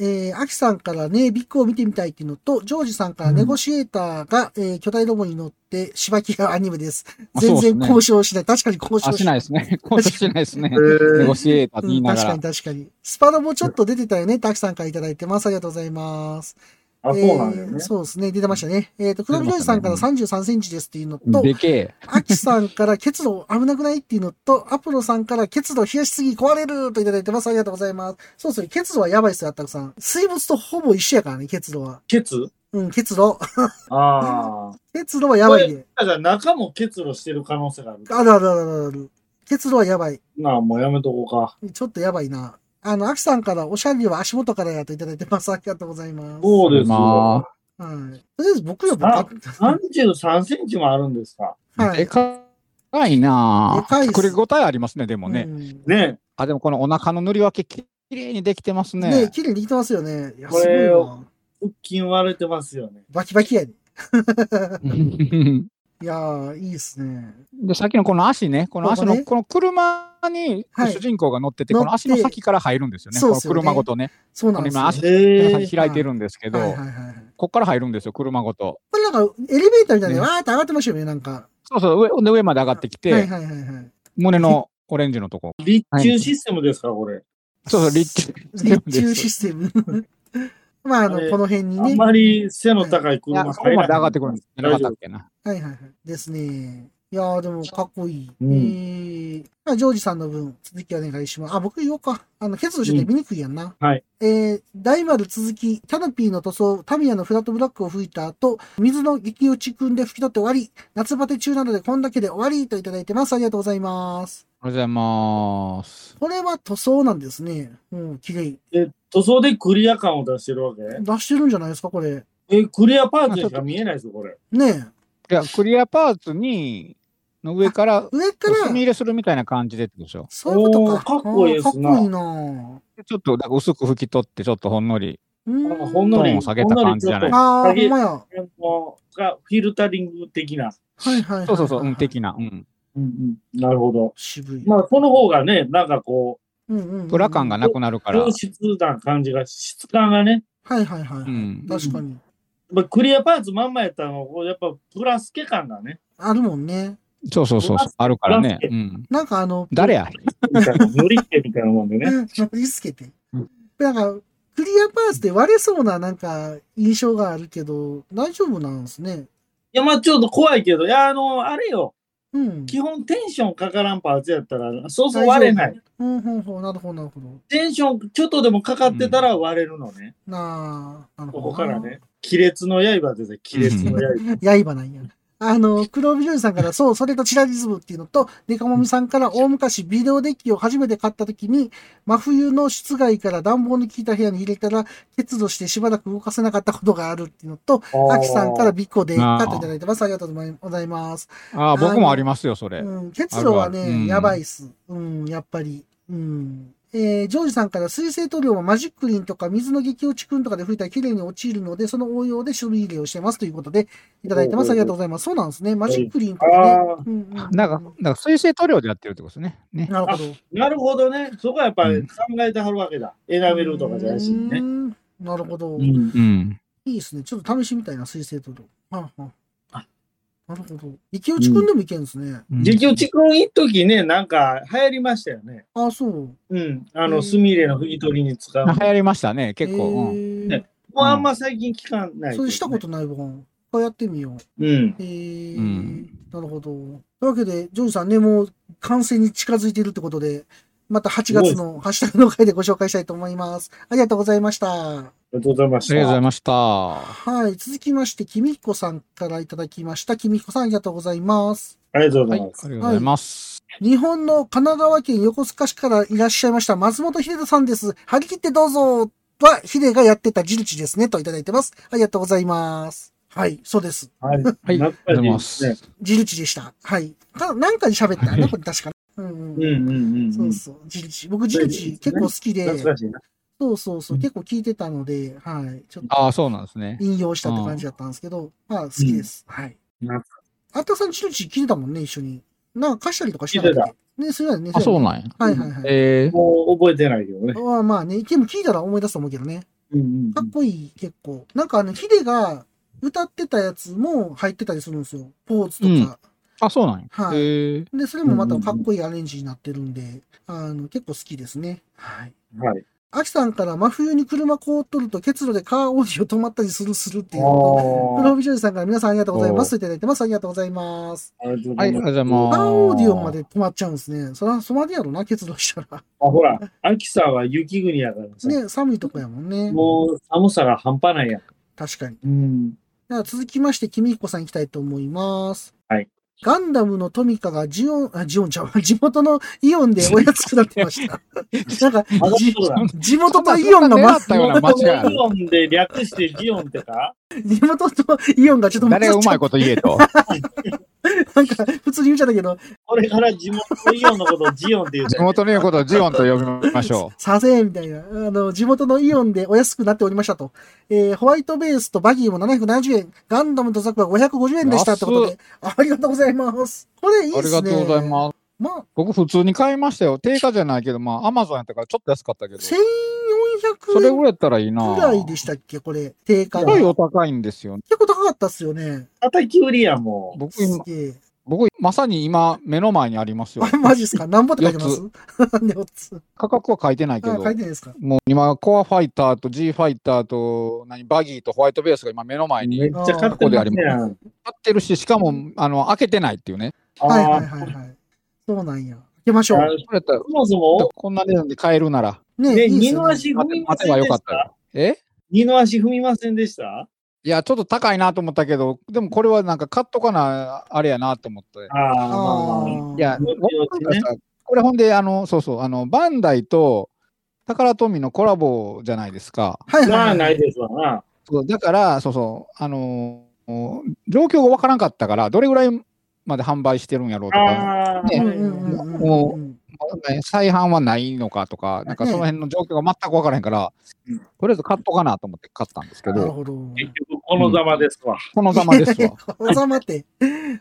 S1: えー、アキさんからね、ビッグを見てみたいっていうのと、ジョージさんからネゴシエーターが、えー巨大ロボに乗って、しばきがアニメです。
S3: あ
S1: 全
S3: そうです
S1: 然
S3: ね
S1: 交渉しない。確かに交
S3: あ、
S1: 渉
S3: しないで すね。交渉しないですね。
S2: えー
S3: ネゴシエーターって言い
S1: うん
S3: なが
S1: 確からに。確かに。スパロもちょっと出てたよね。たくさんからいただいてます。ありがとうございます。
S2: あ、そうなんだよ
S1: えー
S2: ね。
S1: そうですね。出てましたね。えっ、と、黒木ジョージさんから33センチですっていうのと、
S3: でけえ。
S1: アキさんから結露危なくないっていうのと、アプロさんから結露冷やしすぎ壊れるといただいてます。ありがとうございます。そうそう、結露はやばいっすよ、あったくさん。水没とほぼ一緒やからね、結露は。
S2: ケツ
S1: うん、結 露。
S2: あ あ。
S1: 結露はやばいね。
S2: だから中も結露してる可能性がある。
S1: あるあるあるあるある。結露はやばい。
S2: なあ、もうやめとこうか。
S1: ちょっとやばいな。あの、アキさんからおしゃれは足元からやといただいてます。ありがとうございます。
S2: そうです
S3: ま
S2: よ。
S1: はい。とりあえず僕らも
S2: あ
S1: か、
S2: 33センチもあるんですか。
S1: は
S3: で
S1: い。
S3: かいな
S1: でかいっす
S3: これ5体ありますね、でもね。
S1: うん
S2: ね
S3: あ、でもこのお腹の塗り分け、きれいにできてます
S1: ね
S3: ね。
S1: 綺麗にできてますよね。いや、す
S2: こ
S1: ごい
S2: れを
S1: な。
S2: え、腹筋割れてますよね。
S1: バキバキやね。
S3: うん
S1: いやー、いいですね。
S3: で、さっきのこの足ね、この足
S1: ここ
S3: の、
S1: ね
S3: この車に
S1: はい
S3: 主人公が乗ってて、
S1: 乗って
S3: この足の先から入るんですよね。
S1: そう
S3: こ
S1: っ
S3: の
S1: すよね
S3: 車ごとね。
S1: そうな
S3: こ
S1: ん
S3: の
S1: です
S3: 今
S1: よ
S3: 足、
S2: へ
S3: 手先開いてるんですけど、
S1: はいはいはいはい。
S3: こっから入るんですよ、車ごと。
S1: これなんか、エレベーターみたいに
S3: ね
S1: わーって上がってましたよね、なんか。
S3: そうそう、上で上まで上がってきて、
S1: はいはいはいはい。
S3: 胸のオレンジのとこ。
S2: 立中システムですか、これ。
S3: そうそう、立中。
S1: 立中システ ム。まあ、あの
S2: あ、れ
S1: この辺
S2: あ
S1: にね。
S2: ん
S1: は
S2: まり背の高い
S3: いや、
S2: 車
S3: そこまで上がってくるんです。なか
S2: 大
S3: っ
S2: 丈
S3: たっ
S2: 夫。
S3: けな。
S1: いはいはい。ですね。いやー、でも、かっこいい。
S2: うん
S1: えーまあ、ジョージさんの分、続きお願いします。あ、僕言おうか。あの、結露してて見にくいやんな。
S2: うんはい。
S1: えー、大丸続き、キャノピーの塗装、タミヤのフラットブラックを吹いた後、水の激落ち組んで拭き取って終わり、夏バテ中なのでこんだけで終わりといただいてます。ありがとうございます。
S3: おはようございます。
S1: これは塗装なんですね。うん、綺麗。
S2: え、塗装でクリア感を出してるわけ
S1: 出してるんじゃないですか、これ。
S2: え、クリアパーツにしか見えないですよ、これ。
S1: ね
S3: いや、クリアパーツに、の上から
S1: え。、上か
S3: 墨入
S1: ら、
S3: れするみたいな感じでってことでしょ。
S1: そういうこと
S2: お
S1: か。
S2: ーかっこいい
S1: あー
S2: で
S1: かっ
S2: すな
S1: こいいな
S3: でちょっと、だから薄く拭き取って、ちょっとほんのり。
S1: う
S2: なんか
S1: ーん
S2: ほんの
S3: トーン
S2: り、ほ
S3: を下
S2: ん
S3: げた
S2: の
S3: 感
S2: り
S3: じ
S2: ち
S3: じ
S2: ょ
S3: ゃ
S2: っ
S3: ない
S2: と、
S1: ああ、ほ
S2: 影
S1: んまや。は
S2: がフィルタリング的な。
S1: いはいはい。
S3: そうそうそう、うん、的な。うん。
S2: うんうん、なるほど。
S1: 渋い。
S2: まあ、その方がね、なんかこ
S1: うんうんうん
S3: プラ感がなくなる
S2: う、
S3: から
S2: 良。質な感じが、質感がね、
S1: はいはいは
S3: う
S1: い。
S3: ん。
S1: 確かに。
S2: まあ、クリアパーツまんまやったのを、やっぱプラスケ感だね。
S1: あるもんね。
S3: そうそうそうそう、あるからね。うん。
S1: なんかあの、
S3: 誰や
S2: みたいな塗り絵みたいなもんでね。
S1: 乗りつけて。なんか、クリアパーツで割れそうななんか印象があるけど、大丈夫なんですね。
S2: いや、まあちょっと怖いけど、いや、あの、あれよ。
S1: うん。
S2: 基本テンションかからんパーツやったら、そうそう割れない。
S1: うん、ほうほう、なるほど、なるほど。
S2: テンションちょっとでもかかってたら割れるのね。
S1: なあ、なるほど。
S2: ここから。ね。亀裂の刃ですね。亀裂の刃。
S1: 刃なんや。あの、黒帯女優さんから、そう、それとチラリズムっていうのと、デカモミさんから、大昔ビデオデッキを初めて買った時に、真冬の室外から暖房の効いた部屋に入れたら、結露してしばらく動かせなかったことがあるっていうのと、アキさんからビコでカットいただいてます。ありがとうございます。
S3: ああ、僕もありますよ、それ。
S1: うん、結露は
S3: あるあるう
S1: ね、
S3: ん
S1: やばいっす。うん、やっぱり。うん。えージョージさんから水性塗料はマジックリンとか水の激落ちくんとかで拭いたら綺麗に落ちるので、その応用で処理入れをしてますということで、いただいてま
S2: おうおうお
S1: す。
S2: う
S1: ありがとうございます。そうなんですね。マジックリンとかね。
S2: あ
S1: うんうんうん
S3: なんか、なんか水性塗料でやってるってことですね。ね。
S1: なるほど。
S2: あ、なるほどね。そこはやっぱ
S3: う
S2: り
S3: ん
S2: 考えてはるわけだ。エナメルとかじゃないし
S1: う
S2: ね。
S1: んなるほど。
S2: う
S1: い
S2: ん
S3: うん。
S1: いですね。ちょっと試しみたいな、水性塗料。はあはあなるほど。激落ちくんでもいけるんですね。
S3: うん
S2: 激落ちくん一時ね、なんか流行りましたよね。
S1: あ、そう。
S2: うん。あ
S1: う
S2: の、
S1: ん
S2: スミレの拭き取りに使う。
S3: 流
S2: も
S3: 行りましたね、結構。う
S1: え
S3: ん
S1: ー
S2: ねうあんま最近聞かないけどね。
S1: それしたことないもん。一回やってみよう。
S2: うん。
S1: えー
S3: うん
S1: なるほど。というわけで、ジョージさんね、もう完成に近づいているってことで、また8月のハッシュタグの回でご紹介したいと思います。ありがとうございました。
S2: ありがとうございまし
S3: ありがとうござい
S2: た。
S3: ました。
S1: はい。続きまして、きみひこさんからいただきました。きみひこさん、ありがとうございます。
S2: ありがとうご
S3: は
S2: ざ
S3: い、
S2: い
S3: あ
S2: ます。
S3: りがとうございます。
S1: 日本の神奈川県横須賀市からいらっしゃいました、松本秀人さんです。張り切ってどうぞは、ヒデがやってたジルチですね、といただいてます。ありがとうございます。はい、そうです。
S2: はい。
S3: はい、あ
S2: や
S3: り
S2: っ
S3: がと
S2: ぱ
S3: う
S2: り
S3: ござい
S2: ね
S3: ま。す。
S1: ジルチでした。はい。ただ、なんかに喋ったよね、
S3: はい
S1: これ確かね。うんうん
S2: うんうんうん。
S1: そううんそう、ジルチ。僕、ジルチ結構好きで、
S2: 懐かしいな。
S1: そうそうそう、
S2: うん
S1: 結構聞いてたので、はい、ちょっと
S3: ああ、そうなんですね。
S1: 引用したって感じだったんですけど、まあ、好きです。はい。
S2: 懐か
S1: あったさん、ジルチ聞いてたもんね、一緒に。なんか貸したりとかしてた
S2: 聞い
S1: っけね、それはね。
S3: あ、そう
S1: う
S3: なんや。
S1: はいはいはい。
S3: えー、
S2: もう覚えてないけどね。
S1: まあまあね、でも聞いたら思い出すと思うけどね。
S2: うんうん
S1: かっこいい、結構。なんかあの、ヒデが歌ってたやつも入ってたりするんですよ。ポーズとか。
S3: あ、そうなんや。
S1: はい
S3: えー、
S1: で、それもまたかっこいいアレンジになってるんで、あの、結構好きですね。はい。
S2: うん。はい。
S1: アキさんから真冬に車凍っとると結露でカーオーディオ止まったりするするっていうのと、黒
S2: あ
S1: 帯女優さんから皆さんありがとうございますといただいてます。ありがとうございます。
S2: あ。ありがとうご
S3: は
S2: ざ
S3: い、あ
S2: い
S3: りが
S2: ます。
S3: とうござい
S1: カ
S3: ます。
S1: ーオーディオまで止まっちゃうんですね。そら、そまでやろな、結露したら。
S2: あ、ほら、秋さんは雪国やからさ。
S1: ね、寒いとこやもんね。
S2: もう寒さが半端ないやん。
S1: 確かに。
S2: うん。
S1: では続きまして、君彦さん行きたいと思います。
S2: はい。
S1: ガンダムのトミカがジオン、あ、ジオンちゃん、 地元のイオンでおやつくなってました。なんか、
S2: あ、
S1: じ
S2: そうだ。
S1: 地元とイオンが
S3: ま
S1: ま
S3: ったような間違いある
S2: ジ。オンで略してジオンってか
S1: 地元とイオンがちょっと
S3: 誰がうまい
S1: こ
S3: こと言え と。
S1: なんか、普通に言っちゃったけど、
S2: これから地元のイオンのことをジオンって言う
S3: 地
S2: ね。
S3: 元の言うことをジオンと呼びましょ。
S1: させみたいな。あの、地元のイオンでお安くなっておりましたと。えー、ホワイトベースとバギーも770円、ガンダムとザクは550円でしたってことで、ありがとうございます。これいいう
S3: あ
S1: で
S3: り
S1: す
S3: が
S1: ね。
S3: とうございます。
S1: まあ、
S3: 僕普通に買いましたよ。定価じゃないけど、まあ、アマゾンやったからちょっと安かったけど。そ
S1: 1400
S3: れぐらいやったらいいな。
S1: 円くらいでしたっけ、これ、定価
S3: す
S1: が。
S3: ごい
S1: 結
S3: お高いんですよ。
S1: 構高かったっすよね。
S2: 叩き売りやんもう。
S3: 僕
S1: す
S3: 今、
S1: げえ。
S3: 僕まさに今、目の前にありますよ
S1: あ、。マジっすか何本って書いてます ?4 つ。
S3: 価格は書いてない
S1: あ、
S3: け
S1: 書い
S3: ど
S1: て。ないですか
S3: もう今、コアファイターと G ファイターと、何、バギーとホワイトベースが今目の前に
S2: めっちゃ買ってますやん。
S3: 立ってるし、しかも、あの、開けてないっていうね。
S2: あ
S1: はいはい
S2: ー
S1: はいはい。そうなんや。行きましょ
S2: あ
S1: う。
S3: それやったら
S2: そもそも、
S3: こんな値段で買えるなら、
S1: ね
S2: ね、
S1: いいです
S2: 二
S1: よ
S2: の
S1: ね
S2: 足踏
S3: 待て
S2: みま
S3: 待
S2: せ
S3: てば
S2: んで
S3: よか
S2: し
S3: った
S2: た
S3: よ。え
S2: 二の足踏みませんでした
S3: いや、ちょっと高いなと思ったけど、でもこれはなんか買っとかな、あれやなと思って。
S2: ああ、まあまあ。
S1: ー
S3: いや、
S2: 後々ね
S3: これほんで、あの、そうそう、あの、バンダイと、タカラトミーのコラボじゃないですか。
S1: はい
S2: ま
S1: は
S2: あ、
S1: いは。
S2: ないいですわな。
S3: そうだから、そうそう、あのー状況がわからんかったから、どれぐらいまで販売してるんやろうとか、
S2: ああ、
S3: ね
S1: うんうんうんうん
S3: も
S1: うん
S3: ね再販はないのかとか、なんかその辺の状況が全くわからへんから、とりあえず買っとかなと思って買ったんですけ
S1: なる
S3: ど、
S1: ほど。
S2: 結局、このざまですわ。
S3: このざまです わ。
S1: 収まって。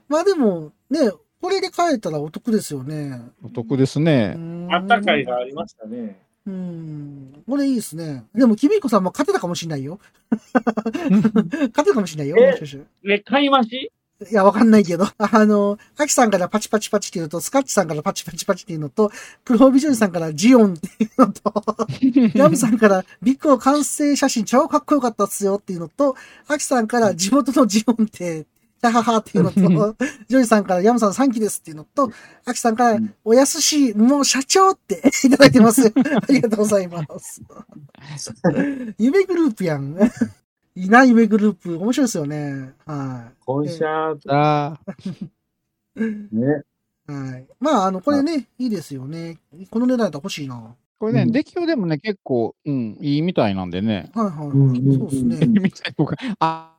S1: まあでも、ね、これで買えたらお得ですよね。
S3: お得ですね。
S2: あ
S1: あ
S2: ったかいがありましたね。
S1: うん。これいいですね。でも、きびこさんも勝てたかもしれないよ。勝てたかもしれないよ。
S2: え
S1: もしかして
S2: え、買い増し
S1: いや、わかんないけど。 あの、アキさんからパチパチパチっていうのと、スカッチさんからパチパチパチっていうのと、黒帯女優さんからジオンっていうのと、 ヤムさんからビッグの完成写真超かっこよかったっすよっていうのと、アキさんから地元のジオンってはははっていうのと、ジョイさんからヤムさん3期ですっていうのと、アキさんからおやすし、もう社長っていただいてますよ。 ありがとうござい ます。夢グループやん。いいな、夢グループ。面白いですよね。はい。
S12: 本社、
S3: ああ、
S12: ね。
S1: はい。まあ、あの、これね、いいですよね。この値段だったら欲しいな。は
S3: これね、
S12: うん
S3: 出来よでもね、結構、うん、いいみたいなんでね。
S1: いはい。
S12: うんうんうん
S1: そうですね。
S3: みたいとか、あ、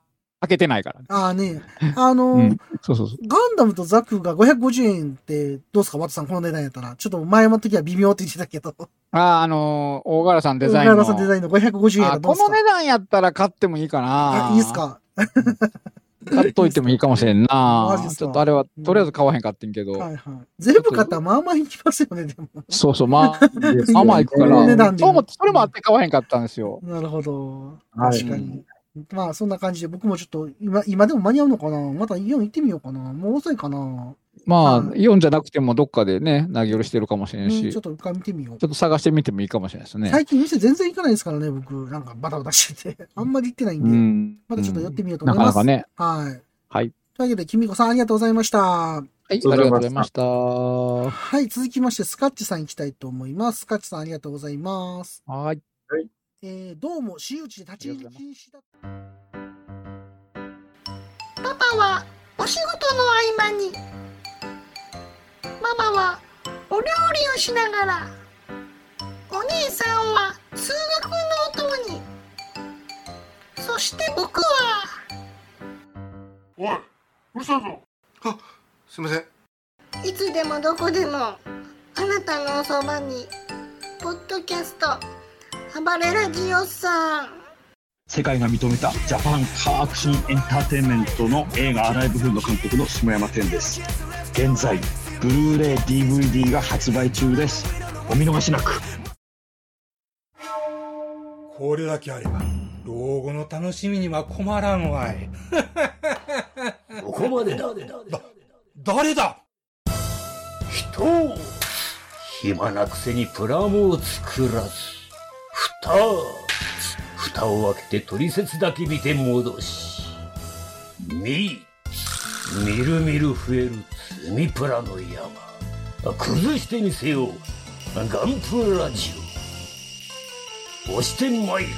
S3: 開けてないからね。
S1: ああね、あの、
S3: うんそうそうそう。
S1: ガンダムとザクが550円って、どうすか、ワトさん、この値段やったら。ちょっと前の時は微妙って言ってたけど。
S3: ああ、あのー大柄さんデザインの。
S1: 浦原さんデザインの550円やったら
S3: あ
S1: どう
S3: こ
S1: すか
S3: の値段やったら買ってもいいか
S1: あ。
S3: な
S1: いいっすか
S3: 買っといてもいいかもしれん
S1: マ
S3: な
S1: ジっ。すか
S3: ちょっとあれは、とりあえず買わへんかってんけど。
S1: はいはい。全部買ったらまあまあいきますよね、でも。
S3: そうそう、まあ、
S12: ですよね
S3: まあまあいくか
S1: この値段
S3: ら。
S1: で
S3: そう思って、それもあって買わへんかったんですよ。
S1: なるほど。
S12: はい
S1: 確かに。まあそんな感じで僕もちょっと今今でも間に合うのかなまたイオン行ってみようかなもう遅いかな、
S3: まあ
S1: は、
S3: イオンじゃなくてもどっかでね、投げ下ろしてるかもしれ
S1: うんん
S3: し、
S1: ち
S3: ち
S1: ょ
S3: ょ
S1: っと一回見てみよう
S3: っ。と探してみてもいいかもしれないですね。
S1: 最近店全然行かないですからね、僕。なんかバタバタして て。あんまり行ってないん
S3: う
S1: で、
S3: ん。
S1: またちょっと寄ってみようと
S3: な
S1: 思い
S3: か
S1: ま
S3: な
S1: す。
S3: かね。
S1: はい。
S3: はい。
S1: というわけで、きみこさんありがとうございました。
S3: はい、あり
S12: りがと
S3: がと
S12: う
S3: う
S12: ご
S3: ご
S12: ざ
S3: ざ
S12: い
S3: い
S12: ま
S3: ま
S12: し
S3: した。は
S1: はい、続きまして、スカッチさん行きたいと思います。スカッチさんありがとうございます。
S3: い。
S1: えー、どうも、私有地で立ち入り禁止だった。
S13: パパはお仕事の合間にママはお料理をしながらお兄さんは通学のお供にそして僕は
S10: おいうるさいぞあすいません
S13: いつでもどこでもあなたのおそばにポッドキャスト暴れラジオさん
S2: 世界が認めたジャパンカーアクションエンターテインメントの映画「アライブフード」監督の下山天です現在ブルーレイ DVD が発売中ですお見逃しなく
S14: これだけあれば老後の楽しみには困らんわいここまでだ誰だ
S4: 人を暇なくせにプラモを作らず蓋を蓋を開けて取説だけ見て戻し見みるみる増える積みプラの山崩してみせようガンプラジオ押してまいる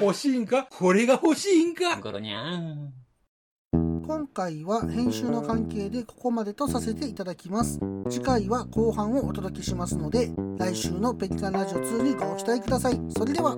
S15: 欲しいんかこれが欲しいんか
S1: 今回は編集の関係でここまでとさせていただきます。次回は後半をお届けしますので、来週のペリカンラジオ2にご期待ください。それでは。